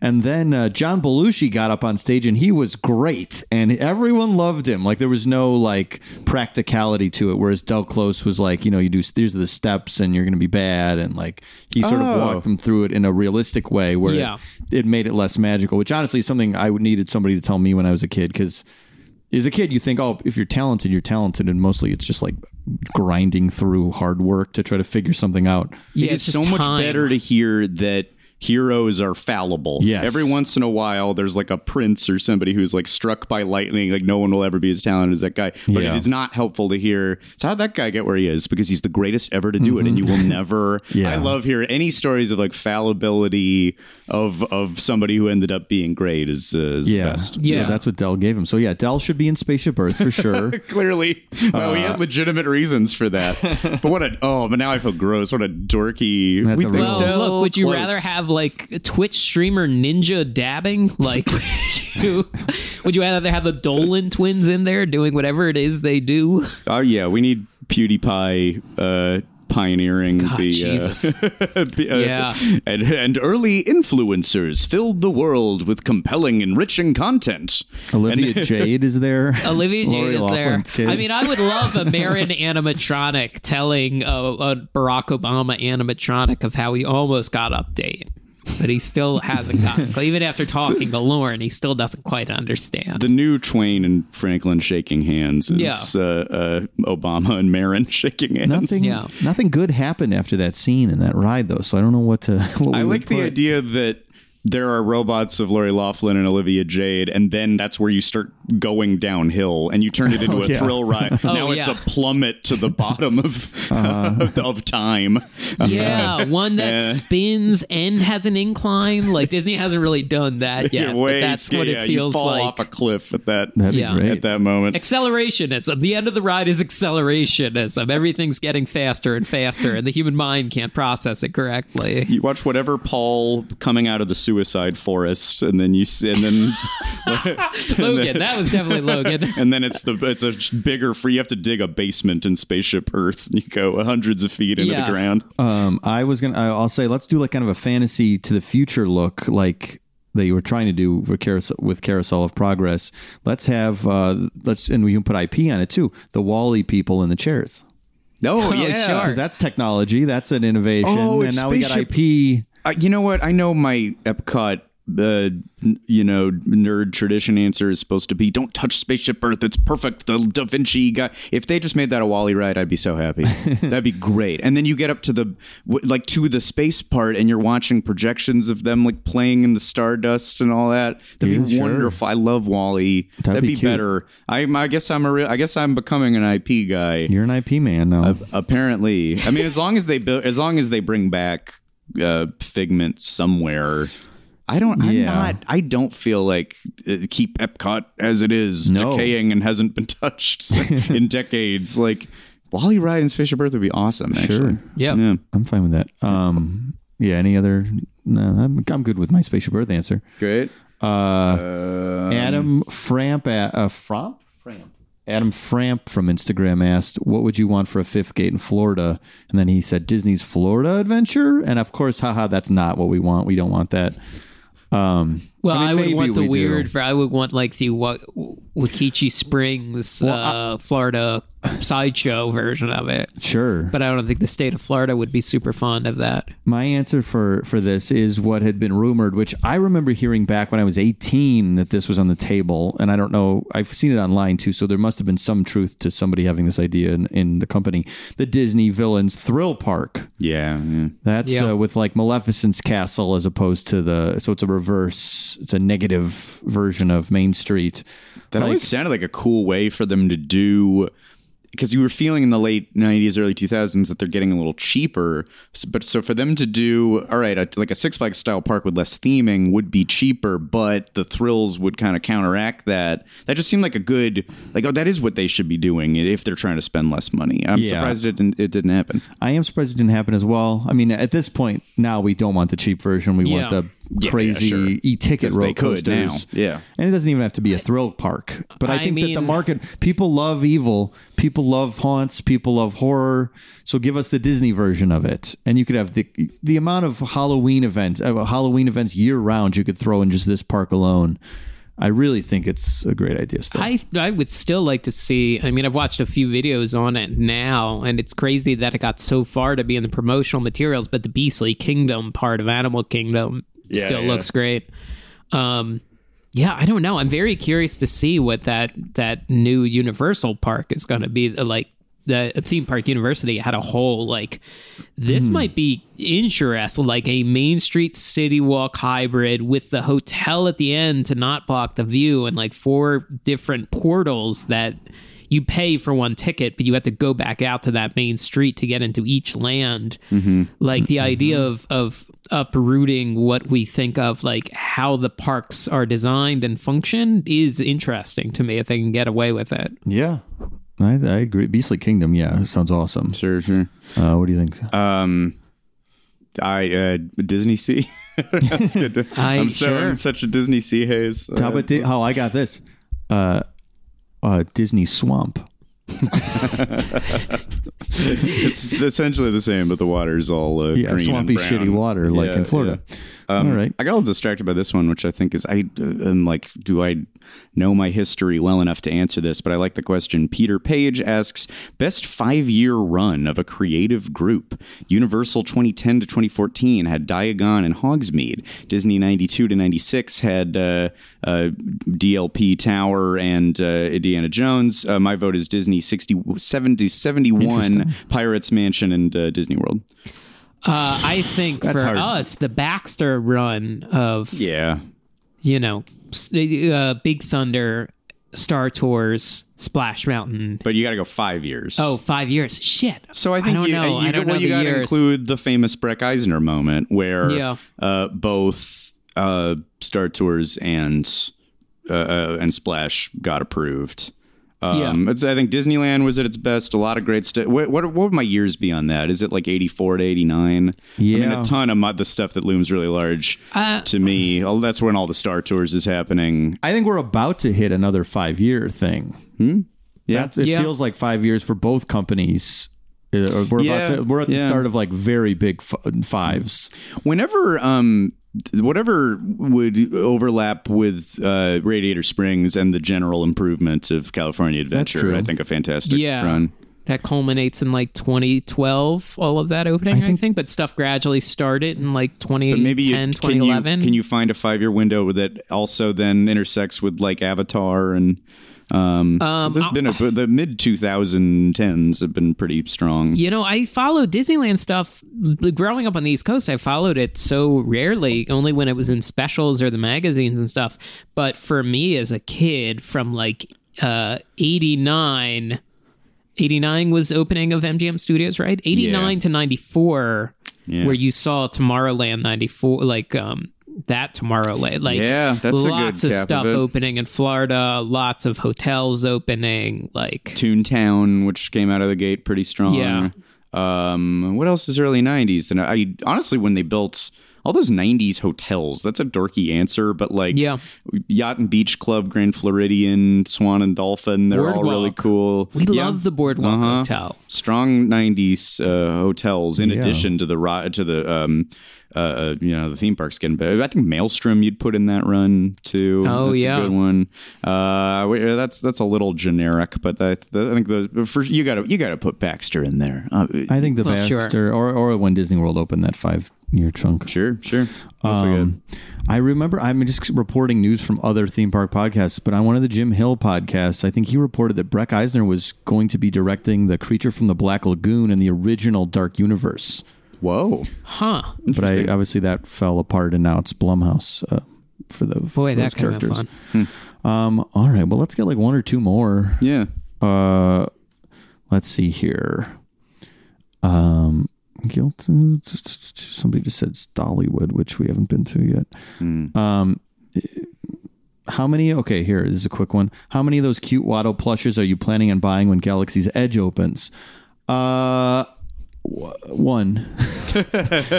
S4: and then uh, John Belushi got up on stage and he was great and everyone loved him. Like there was no like practicality to it, whereas Del Close was like, you know, you do these are the steps and you're going to be bad and like he sort
S3: Oh.
S4: of walked them through it in a realistic way where
S5: Yeah.
S4: it, it made it less magical, which honestly is something I would needed somebody to tell me when I was a kid because as a kid you think, oh, if you're talented, you're talented, and mostly it's just like grinding through hard work to try to figure something out.
S5: Yeah,
S3: it is
S5: just
S3: so much
S5: time.
S3: better to hear that heroes are fallible.
S4: Yes.
S3: Every once in a while, there's like a prince or somebody who's like struck by lightning. Like no one will ever be as talented as that guy. But
S4: Yeah.
S3: it is not helpful to hear. So how'd that guy get where he is? Because he's the greatest ever to do it, and you will never.
S4: Mm-hmm. Yeah.
S3: I love here any stories of like fallibility of of somebody who ended up being great is, uh, is
S4: Yeah.
S3: the best.
S5: Yeah.
S4: So that's what Dell gave him. So yeah, Dell should be in Spaceship Earth for sure.
S3: Clearly, well,
S4: Uh,
S3: we had legitimate reasons for that. but what a oh! But now I feel gross. What a dorky.
S4: That's
S3: we
S4: a
S3: picked
S4: real-
S5: Well,
S3: Del
S5: look, would you
S3: close.
S5: rather have like a Twitch streamer ninja dabbing? Like, would you, would you rather have the Dolan twins in there doing whatever it is they do?
S3: Oh yeah, we need PewDiePie uh, pioneering
S5: God,
S3: the
S5: Jesus.
S3: Uh, the, uh,
S5: Yeah.
S3: and, and early influencers filled the world with compelling, enriching content.
S4: Olivia Jade is there.
S5: Olivia
S4: Lori
S5: Jade is there.
S4: Loughlin's kid.
S5: I mean, I would love a Marin animatronic telling a, a Barack Obama animatronic of how he almost got updated, but he still hasn't gotten. even after talking to Lauren, he still doesn't quite understand.
S3: The new Twain and Franklin shaking hands is
S5: Yeah.
S3: uh, uh, Obama and Marin shaking hands.
S4: nothing.
S5: Yeah.
S4: Nothing good happened after that scene in that ride though. So I don't know what to. What we
S3: I
S4: would
S3: like the
S4: put.
S3: idea that there are robots of Lori Laughlin and Olivia Jade, and then that's where you start going downhill, and you turn it into a
S4: yeah.
S3: thrill ride. now it's a
S5: Oh, yeah. Uh-huh.
S3: plummet to the bottom of of time.
S5: Yeah, one that
S3: Yeah.
S5: spins and has an incline. Like Disney hasn't really done that yet.
S3: You're
S5: but
S3: way
S5: that's
S3: scared.
S5: what
S3: Yeah,
S5: it
S3: you
S5: feels
S3: fall
S5: like.
S3: off a cliff at that
S4: That'd be
S5: Yeah.
S4: great.
S3: at that moment.
S5: Accelerationism. The end of the ride is accelerationism. Everything's getting faster and faster, and the human mind can't process it correctly.
S3: you watch whatever Paul coming out of the suicide forest, and then you s- and then
S5: Logan, that was definitely Logan.
S3: and then it's the it's a bigger free. You have to dig a basement in spaceship Earth. And you go hundreds of feet into
S5: Yeah.
S3: the ground.
S4: Um, I was gonna. I- I'll say let's do like kind of a fantasy to the future look, like they were trying to do for carousel, with Carousel of Progress. Let's have uh, let's and we can put IP on it too. The Wally people in the chairs.
S3: No,
S5: Oh, sure.
S4: Because that's technology. That's an innovation.
S3: Oh,
S4: and
S3: it's
S4: now
S3: spaceship-
S4: we got IP.
S3: Uh, you know what? I know my Epcot, the you know nerd tradition answer is supposed to be "Don't touch Spaceship Earth. It's perfect." The Da Vinci guy. If they just made that a Wally ride, I'd be so happy. That'd be great. And then you get up to the w- like to the space part, and you're watching projections of them like playing in the stardust and all that. That'd be
S4: Yeah, sure.
S3: wonderful. I love Wally. That'd,
S4: be
S3: be,
S4: cute.
S3: better. I, I guess I'm a real. I guess I'm becoming an IP guy.
S4: You're an IP man now.
S3: Apparently, I mean, as long as they build, as long as they bring back uh, Figment somewhere, I don't. I'm
S4: Yeah.
S3: not. I don't feel like uh, keep Epcot as it is,
S4: No.
S3: decaying and hasn't been touched in decades. Like Wally Ride and Spaceship Earth would be awesome. Actually.
S4: Sure.
S5: Yep.
S3: Yeah.
S4: I'm fine with that. Um, yeah. Any other? No, I'm, I'm good with my spaceship Earth answer.
S3: Great.
S4: Uh, Adam Framp, a- uh, Framp, Um, Framp. Adam Framp from Instagram asked, "What would you want for a fifth gate in Florida?" And then he said, "Disney's Florida Adventure." And of course, haha, that's not what we want. We don't want that. Um,
S5: Well,
S4: I mean,
S5: I, would
S4: maybe
S5: want the
S4: we do.
S5: weird. For I would want like the Wa- Wakichi Springs, uh, Florida sideshow version of it.
S4: sure,
S5: But I don't think the state of Florida would be super fond of that.
S4: My answer for for this is what had been rumored, which I remember hearing back when I was 18 that this was on the table, and I don't know. I've seen it online too, so there must have been some truth to somebody having this idea in, in the company. The Disney Villains Thrill Park.
S3: Yeah. yeah.
S4: That's
S5: Yeah.
S4: the, with like Maleficent's castle as opposed to the so it's a reverse, it's a negative version of Main Street.
S3: That always sounded like a cool way for them to do because you were feeling in the late 90s early 2000s that they're getting a little cheaper S- but so for them to do all right a, like a six flags style park with less theming would be cheaper but the thrills would kind of counteract that that just seemed like a good like oh that is what they should be doing if they're trying to spend less money i'm
S4: Yeah.
S3: surprised it didn't, it didn't happen
S4: I am surprised it didn't happen as well. I mean, at this point now we don't want the cheap version. We want
S5: Yeah.
S4: the
S3: yeah,
S4: crazy
S3: sure.
S4: e-ticket
S3: 'Cause they
S4: roller
S3: could now.
S4: coasters.
S3: Yeah.
S4: and it doesn't even have to be a thrill park. But I,
S5: I
S4: think that the
S5: mean-
S4: market people love evil, people love haunts, people love horror. So give us the Disney version of it, and you could have the the amount of Halloween events, uh, Halloween events year round. You could throw in just this park alone. I really think it's a great idea. Still,
S5: I I would still like to see. I mean, I've watched a few videos on it now, and it's crazy that it got so far to be in the promotional materials. But the Beastly Kingdom part of Animal Kingdom still looks great. Um, yeah, I don't know. I'm very curious to see what that that new Universal Park is going to be like. the uh, theme park university had a whole like this might be interest like a main street city walk hybrid with the hotel at the end to not block the view and like four different portals that you pay for one ticket but you have to go back out to that main street to get into each land like the idea of of uprooting what we think of like how the parks are designed and function is interesting to me if they can get away with it
S4: Yeah. I, I agree. Beastly Kingdom, yeah, sounds awesome.
S3: Sure, sure.
S4: Uh, what do you think?
S3: Um, I uh, Disney Sea. That's good. To,
S5: I-
S3: am so
S5: sure.
S3: in such a Disney Sea haze.
S4: How
S3: Uh,
S4: about Di- oh, I got this. Uh, uh, Disney Swamp.
S3: it's essentially the same, but the water's all uh,
S4: Yeah,
S3: green
S4: swampy,
S3: and brown.
S4: shitty water like
S3: Yeah, Um,
S4: in Florida. all right.
S3: I got a little distracted by this one, which I think is I uh, am like, do I know my history well enough to answer this? But I like the question. Peter Page asks, best five year run of a creative group. Universal 2010 to 2014 had Diagon and Hogsmeade. Disney 92 to 96 had uh, uh, DLP Tower and uh, Indiana Jones. Uh, my vote is Disney 67 to 71, Pirates Mansion and uh, Disney World.
S5: Uh, I think for us, the Baxter run of
S3: Yeah.
S5: you know s- uh, Big Thunder, Star Tours, Splash Mountain.
S3: But you got to go five years.
S5: Oh, five years. Shit.
S3: Mm-hmm. So I think
S5: don't
S3: you, uh,
S5: know.
S3: you,
S5: I don't
S3: well,
S5: know
S3: you
S5: the
S3: gotta
S5: years.
S3: include the famous Breck Eisner moment where
S5: Yeah.
S3: uh, both uh, Star Tours and uh, uh, and Splash got approved.
S5: Yeah.
S3: Um, it's, I think Disneyland was at its best. A lot of great stuff. What, what, what would my years be on that? Is it like 84 to 89? I mean,
S4: Yeah.
S3: a ton of my, the stuff that looms really large
S5: Uh,
S3: to me. Oh, that's when all the Star Tours is happening.
S4: I think we're about to hit another five year thing. Hmm? Yeah. That's, it
S5: Yeah.
S4: feels like five years for both companies. Uh, we're
S3: Yeah,
S4: about to, we're at the
S3: yeah.
S4: start of like very big f- fives.
S3: whenever um th- whatever would overlap with uh, Radiator Springs and the general improvement of California Adventure,
S4: true.
S3: I think a fantastic
S5: Yeah.
S3: run.
S5: That culminates in like 2012, all of that opening, I think, but stuff gradually started in like 2010,
S3: Maybe you, can you
S5: 2011.
S3: can you find a five year window that also then intersects with like Avatar and um, 'cause there's been a, the mid 2010s have been pretty strong.
S5: You know, I follow Disneyland stuff. Growing up on the East Coast, I followed it so rarely, only when it was in specials or the magazines and stuff. But for me as a kid, from like uh, 89, 89 was opening of MGM Studios, right? 89 to 94, where you saw Tomorrowland 94, like um, that Tomorrowland. Like,
S3: Yeah, that's a good
S5: lots
S3: cap
S5: of
S3: of
S5: stuff
S3: it.
S5: opening in Florida, lots of hotels opening. Like,
S3: Toontown, which came out of the gate pretty strong.
S5: Yeah.
S3: Um, what else is early '90s? And I honestly, when they built all those '90s hotels, that's a dorky answer, but like,
S5: Yeah.
S3: Yacht and Beach Club, Grand Floridian, Swan and Dolphin, they're all really
S5: Boardwalk.
S3: cool.
S5: we
S3: Yeah.
S5: love the Boardwalk
S3: Uh-huh.
S5: Hotel.
S3: strong '90s uh, hotels. In addition to the ro- to the um, uh, uh, you know the theme parks getting better. I think Maelstrom you'd put in that run too.
S5: Oh,
S3: that's
S5: yeah.
S3: a good one. Uh, we- uh, that's that's a little generic, but I, th- I think the for, you got to you got to put Baxter in there. Uh,
S4: I think the
S5: Well, sure.
S4: Baxter or, or when Disney World opened that five year chunk.
S3: sure, sure. That's
S4: Um, I remember I'm just reporting news from other theme park podcasts, but on one of the Jim Hill podcasts, I think he reported that Breck Eisner was going to be directing the creature from the Black Lagoon in the original Dark Universe.
S3: Whoa,
S5: Huh.
S4: But I obviously that fell apart, and now it's Blumhouse uh, for the
S5: Boy,
S4: those
S5: that could have been
S4: characters.
S5: fun.
S4: Um, all right, well, let's get like one or two more.
S3: yeah.
S4: Uh, let's see here. Um, guilt. Somebody just said Dollywood, which we haven't been to yet.
S3: Hmm.
S4: Um, how many? Okay, here this is a quick one. How many of those cute Watto plushes are you planning on buying when Galaxy's Edge opens? Uh, w- one.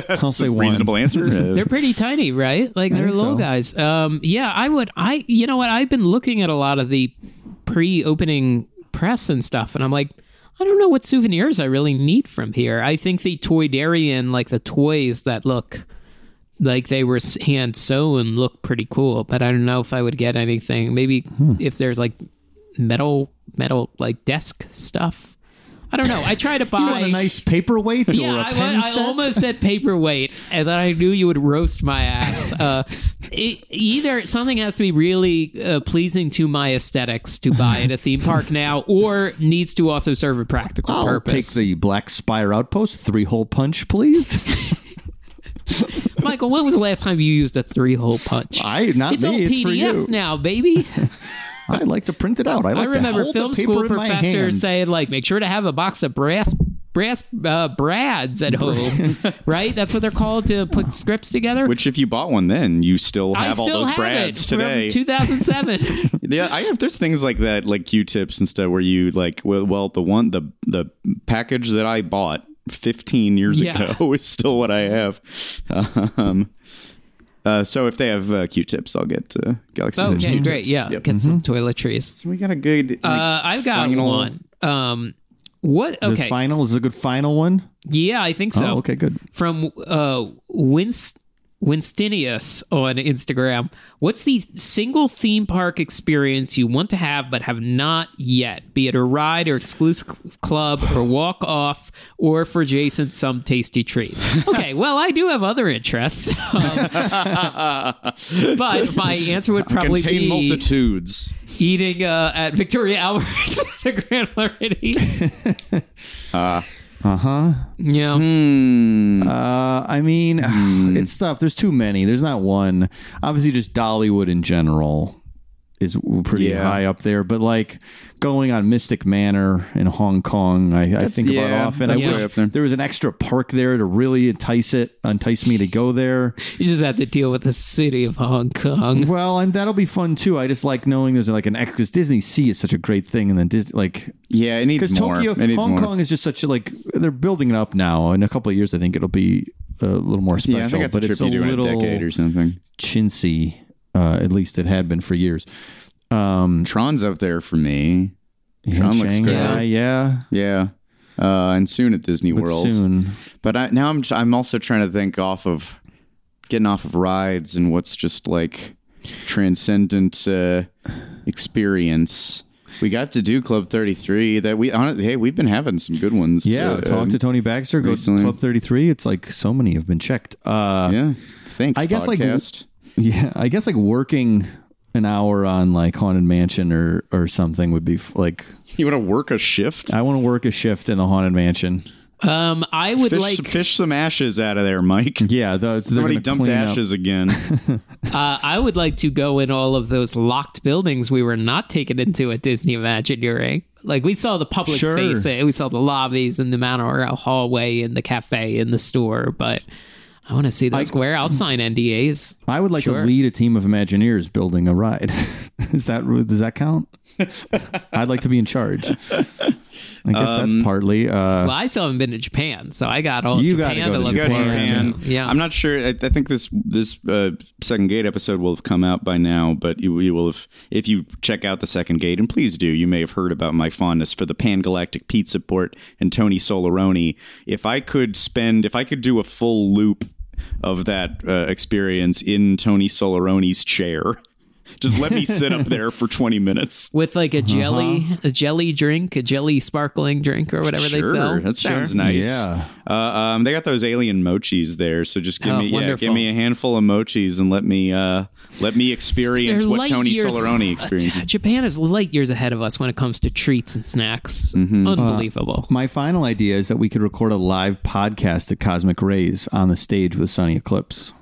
S4: I'll say one.
S3: Reasonable answer. Uh,
S5: They're pretty tiny, right? Like they're
S4: think
S5: little
S4: so.
S5: guys. Um, yeah, I would. I you know what? I've been looking at a lot of the pre-opening press and stuff, and I'm like, I don't know what souvenirs I really need from here. I think the Toydarian, like the toys that look like they were hand sewn, look pretty cool. But I don't know if I would get
S4: Hmm.
S5: anything. Maybe if there's like metal, metal like desk stuff. I don't know. I try to buy
S4: You want a nice paperweight or
S5: yeah,
S4: a
S5: I,
S4: pen
S5: wa- I
S4: set?
S5: almost said paperweight, and then I knew you would roast my ass. Uh, it, either something has to be really uh, pleasing to my aesthetics to buy at a theme park now, or needs to also serve a practical
S4: I'll take
S5: purpose.
S4: the Black Spire Outpost three hole punch, please.
S5: Michael, when was the last time you used a three-hole punch?
S4: I not
S5: it's
S4: me.
S5: all
S4: it's for you.
S5: PDFs now, baby.
S4: I like to print it out. I like
S5: I
S4: to
S5: remember
S4: hold
S5: film
S4: the paper
S5: school
S4: in my hand.
S5: professor saying like, make sure to have a box of brass brass uh, brads at home, right? That's what they're called to put scripts together.
S3: Which, if you bought one then, you still
S5: I
S3: have
S5: still
S3: all those
S5: have
S3: brads
S5: it
S3: today.
S5: from 2007.
S3: Yeah, I have. There's things like that, like Q-tips and stuff, where you like, well, well the one, the the package that I bought 15 years
S5: Yeah.
S3: ago is still what I have. Um, uh, so if they have uh, Q-tips, I'll get uh, Galaxy. Edge
S5: Okay,
S3: Q-tips.
S5: great. Yeah,
S3: Yep.
S5: get some toiletries.
S3: we got a good. like,
S5: Uh, I've got
S3: final-
S5: one. Um, what?
S4: Is this
S5: Okay,
S4: final? Is this a good final one?
S5: yeah, I think so.
S4: oh, okay, good.
S5: From uh, Winst- Winstinius on Instagram. What's the single theme park experience you want to have but have not yet? Be it a ride or exclusive club or walk off or for Jason some tasty treat. Okay, well I do have other interests, Um, but my answer would probably
S3: contain
S5: be
S3: multitudes.
S5: eating uh, at Victoria Albert's at the Grand Floridian. uh huh. Yeah.
S3: Hmm.
S4: Uh, I mean,
S5: Hmm.
S4: it's tough. There's too many. There's not one. Obviously, just Dollywood in general is pretty
S3: Yeah.
S4: high up there. But like going on Mystic Manor in Hong Kong, I, I think about
S3: yeah,
S4: often. I
S3: that's way
S4: wish
S3: up there.
S4: there was an extra park there to really entice it, entice me to go there.
S5: You just have to deal with the city of Hong Kong.
S4: Well, and that'll be fun too. I just like knowing there's like an ex because Disney Sea is such a great thing, and then Disney like
S3: Yeah, it needs
S4: because
S3: more.
S4: Tokyo,
S3: it needs
S4: Hong
S3: more.
S4: Kong is just such a like they're building it up now. In a couple of years, I think it'll be a little more special.
S3: Yeah, I think that's
S4: but
S3: a trip
S4: it's a
S3: you do
S4: little
S3: in a decade or something.
S4: chintzy. Uh, at least it had been for years. Um,
S3: Tron's up there for me. Tron looks
S4: Shanghai,
S5: good.
S4: yeah.
S3: Yeah, uh, and soon at Disney
S4: But
S3: World.
S4: soon,
S3: But I, now I'm I'm also trying to think off of getting off of rides and what's just like transcendent uh, experience. We got to do Club 33. That we hon- hey we've been having some good ones.
S4: yeah.
S3: Uh,
S4: talk
S3: um,
S4: to Tony Baxter. Go to
S3: recently.
S4: Club Thirty Three. It's like so many have been checked. Uh,
S3: yeah. Thanks.
S4: I guess, like,
S3: podcast.
S4: Yeah, I guess like working an hour on like Haunted Mansion or or something would be f- like
S3: you want to work a shift.
S4: I want to work a shift in the Haunted Mansion.
S5: Um, I would
S3: Fish,
S5: like.
S3: fish some ashes out of there, Mike.
S4: Yeah, the, they're
S3: Somebody
S4: gonna
S3: dumped
S4: clean up.
S3: ashes again.
S5: Uh, I would like to go in all of those locked buildings we were not taken into at Disney Imagineering. Like we saw the public
S4: Sure.
S5: face, it. we saw the lobbies and the Mount Orao hallway and the cafe and the store, but. I want to see those where I'll sign NDAs.
S4: I would like
S5: Sure.
S4: to lead a team of Imagineers building a ride. Is that does that count? I'd like to be in charge. I guess
S3: Um,
S4: that's partly. Uh,
S5: Well, I still haven't been to Japan, so I got all
S4: You gotta
S5: Japan
S4: go to
S5: look
S3: Go to
S5: forward to.
S3: Japan.
S5: Yeah,
S3: I'm not sure. I, I think this this uh, second gate episode will have come out by now, but you, you will have if you check out the second gate, and please do. You may have heard about my fondness for the Pan Galactic Pizza Port and Tony Solaroni. If I could spend, if I could do a full loop of that uh, experience in Tony Solaroni's chair. Just let me sit up there for 20 minutes.
S5: with like a jelly, a jelly drink, a jelly sparkling drink, or whatever they
S3: sure,
S5: sell.
S3: that sounds nice.
S4: Yeah.
S3: Uh, um, they got those alien mochis there, so just give
S5: Oh,
S3: me yeah,
S5: wonderful.
S3: give me a handful of mochis and let me uh, let me experience
S5: They're
S3: what
S5: light
S3: Tony
S5: years-
S3: Solaroni experienced.
S5: Japan is light years ahead of us when it comes to treats and snacks.
S3: Mm-hmm.
S5: It's unbelievable.
S4: my final idea is that we could record a live podcast at Cosmic Rays on the stage with Sunny Eclipse.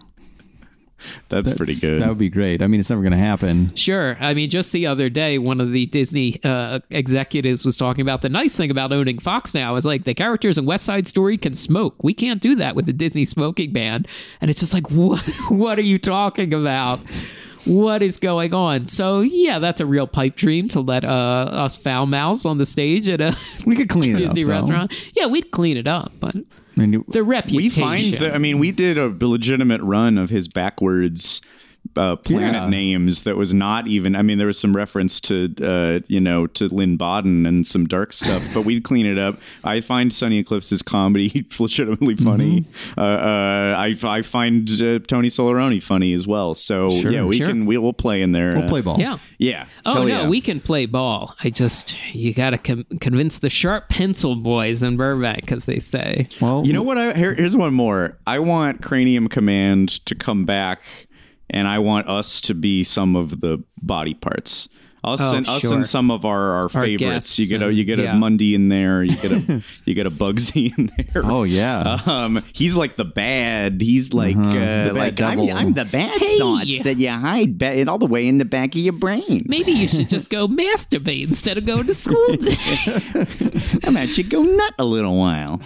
S3: That's, pretty good.
S4: That would be great. I mean, it's never going to happen.
S5: Sure. I mean, just the other day, one of the Disney uh, executives was talking about the nice thing about owning Fox now is like the characters in West Side Story can smoke. We can't do that with the Disney smoking ban. And it's just like, what, what are you talking about? What is going on? So, yeah, that's a real pipe dream to let uh, us foul mouths on the stage at a
S4: We could clean it
S5: Disney
S4: up, though.
S5: restaurant. Yeah, we'd clean it up, but
S4: I mean,
S5: the reputation.
S3: we find that I mean, we did a legitimate run of his backwards uh, planet
S4: Yeah.
S3: names that was not even. I mean, there was some reference to uh, you know to Lynn Bodden and some dark stuff, but we'd clean it up. I find Sunny Eclipse's comedy legitimately funny.
S5: Mm-hmm.
S3: Uh, uh, I I find uh, Tony Solaroni funny as well. So yeah, we
S5: sure.
S3: can we will play in there.
S4: We'll
S3: uh,
S4: play ball.
S5: Yeah.
S3: Yeah.
S5: Oh
S3: Hell
S5: no,
S3: yeah.
S5: we can play ball. I just you got to com- convince the sharp pencil boys in Burbank, as they say.
S4: Well,
S3: You know what? I here, here's one more. I want Cranium Command to come back, and I want us to be some of the body parts. Us
S5: Oh,
S3: and us
S5: sure.
S3: and some of our, our, favorites.
S5: guests
S3: You get a
S5: and-
S3: you get
S5: yeah.
S3: a Mundy in there. You get a you get a Bugsy in there.
S4: Oh yeah.
S3: Um, he's like the bad. He's
S5: Uh-huh.
S3: like uh, like I'm,
S4: devil.
S3: I'm the bad thoughts that you hide ba- all the way in the back of your brain.
S5: Maybe you should just go masturbate instead of going to school. today.
S3: How about you go nut a little while?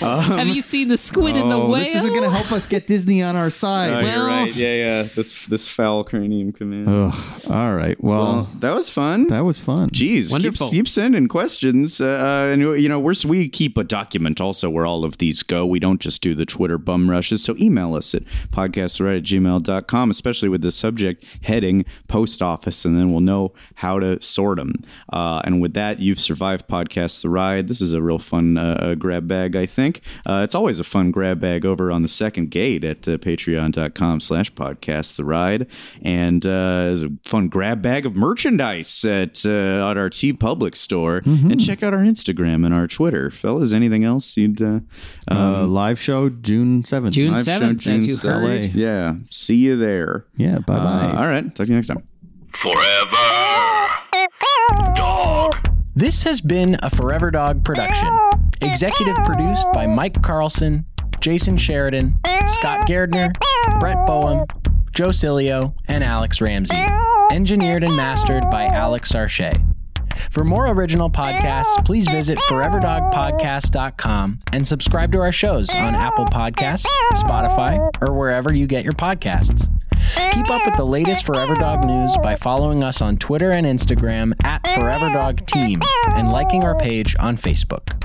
S5: Have you seen the squid and the
S4: Oh,
S5: whale?
S4: this isn't going to help us get Disney on our side.
S5: Well-
S3: Yeah, yeah. This this foul cranium command.
S4: Ugh. All right. Well,
S5: Oh.
S3: Well, that was fun.
S4: that was fun.
S3: Jeez,
S5: Wonderful.
S3: Keep, keep sending questions, uh, uh, and you know we're we keep a document also where all of these go. We don't just do the Twitter bum rushes. So email us at podcastright at gmail.com, especially with the subject heading post office, and then we'll know how to sort them. Uh, and with that, you've survived podcast the ride. This is a real fun uh, uh, grab bag, I think. Uh, it's always a fun grab bag over on the second gate at uh, patreon.com slash podcast the ride and uh, there's a fun grab bag of merchandise at uh, at our t public store
S5: Mm-hmm.
S3: and check out our instagram and our twitter fellas anything else you'd uh, uh,
S4: Uh, live show June 7th.
S5: June
S3: I've shown
S5: seventh, as
S3: June
S5: you heard.
S3: seventh. yeah see you there
S4: Yeah. Bye bye.
S3: Uh, all right talk to you next time
S1: Forever. Dog.
S8: This has been a Forever Dog production. Executive produced by Mike Carlson, Jason Sheridan, Scott Gardner, Brett Boehm, Joe Cilio, and Alex Ramsey. Engineered and mastered by Alex Sarche. For more original podcasts, please visit foreverdogpodcast.com and subscribe to our shows on Apple Podcasts, Spotify, or wherever you get your podcasts. Keep up with the latest Forever Dog news by following us on Twitter and Instagram at Forever Dog Team and liking our page on Facebook.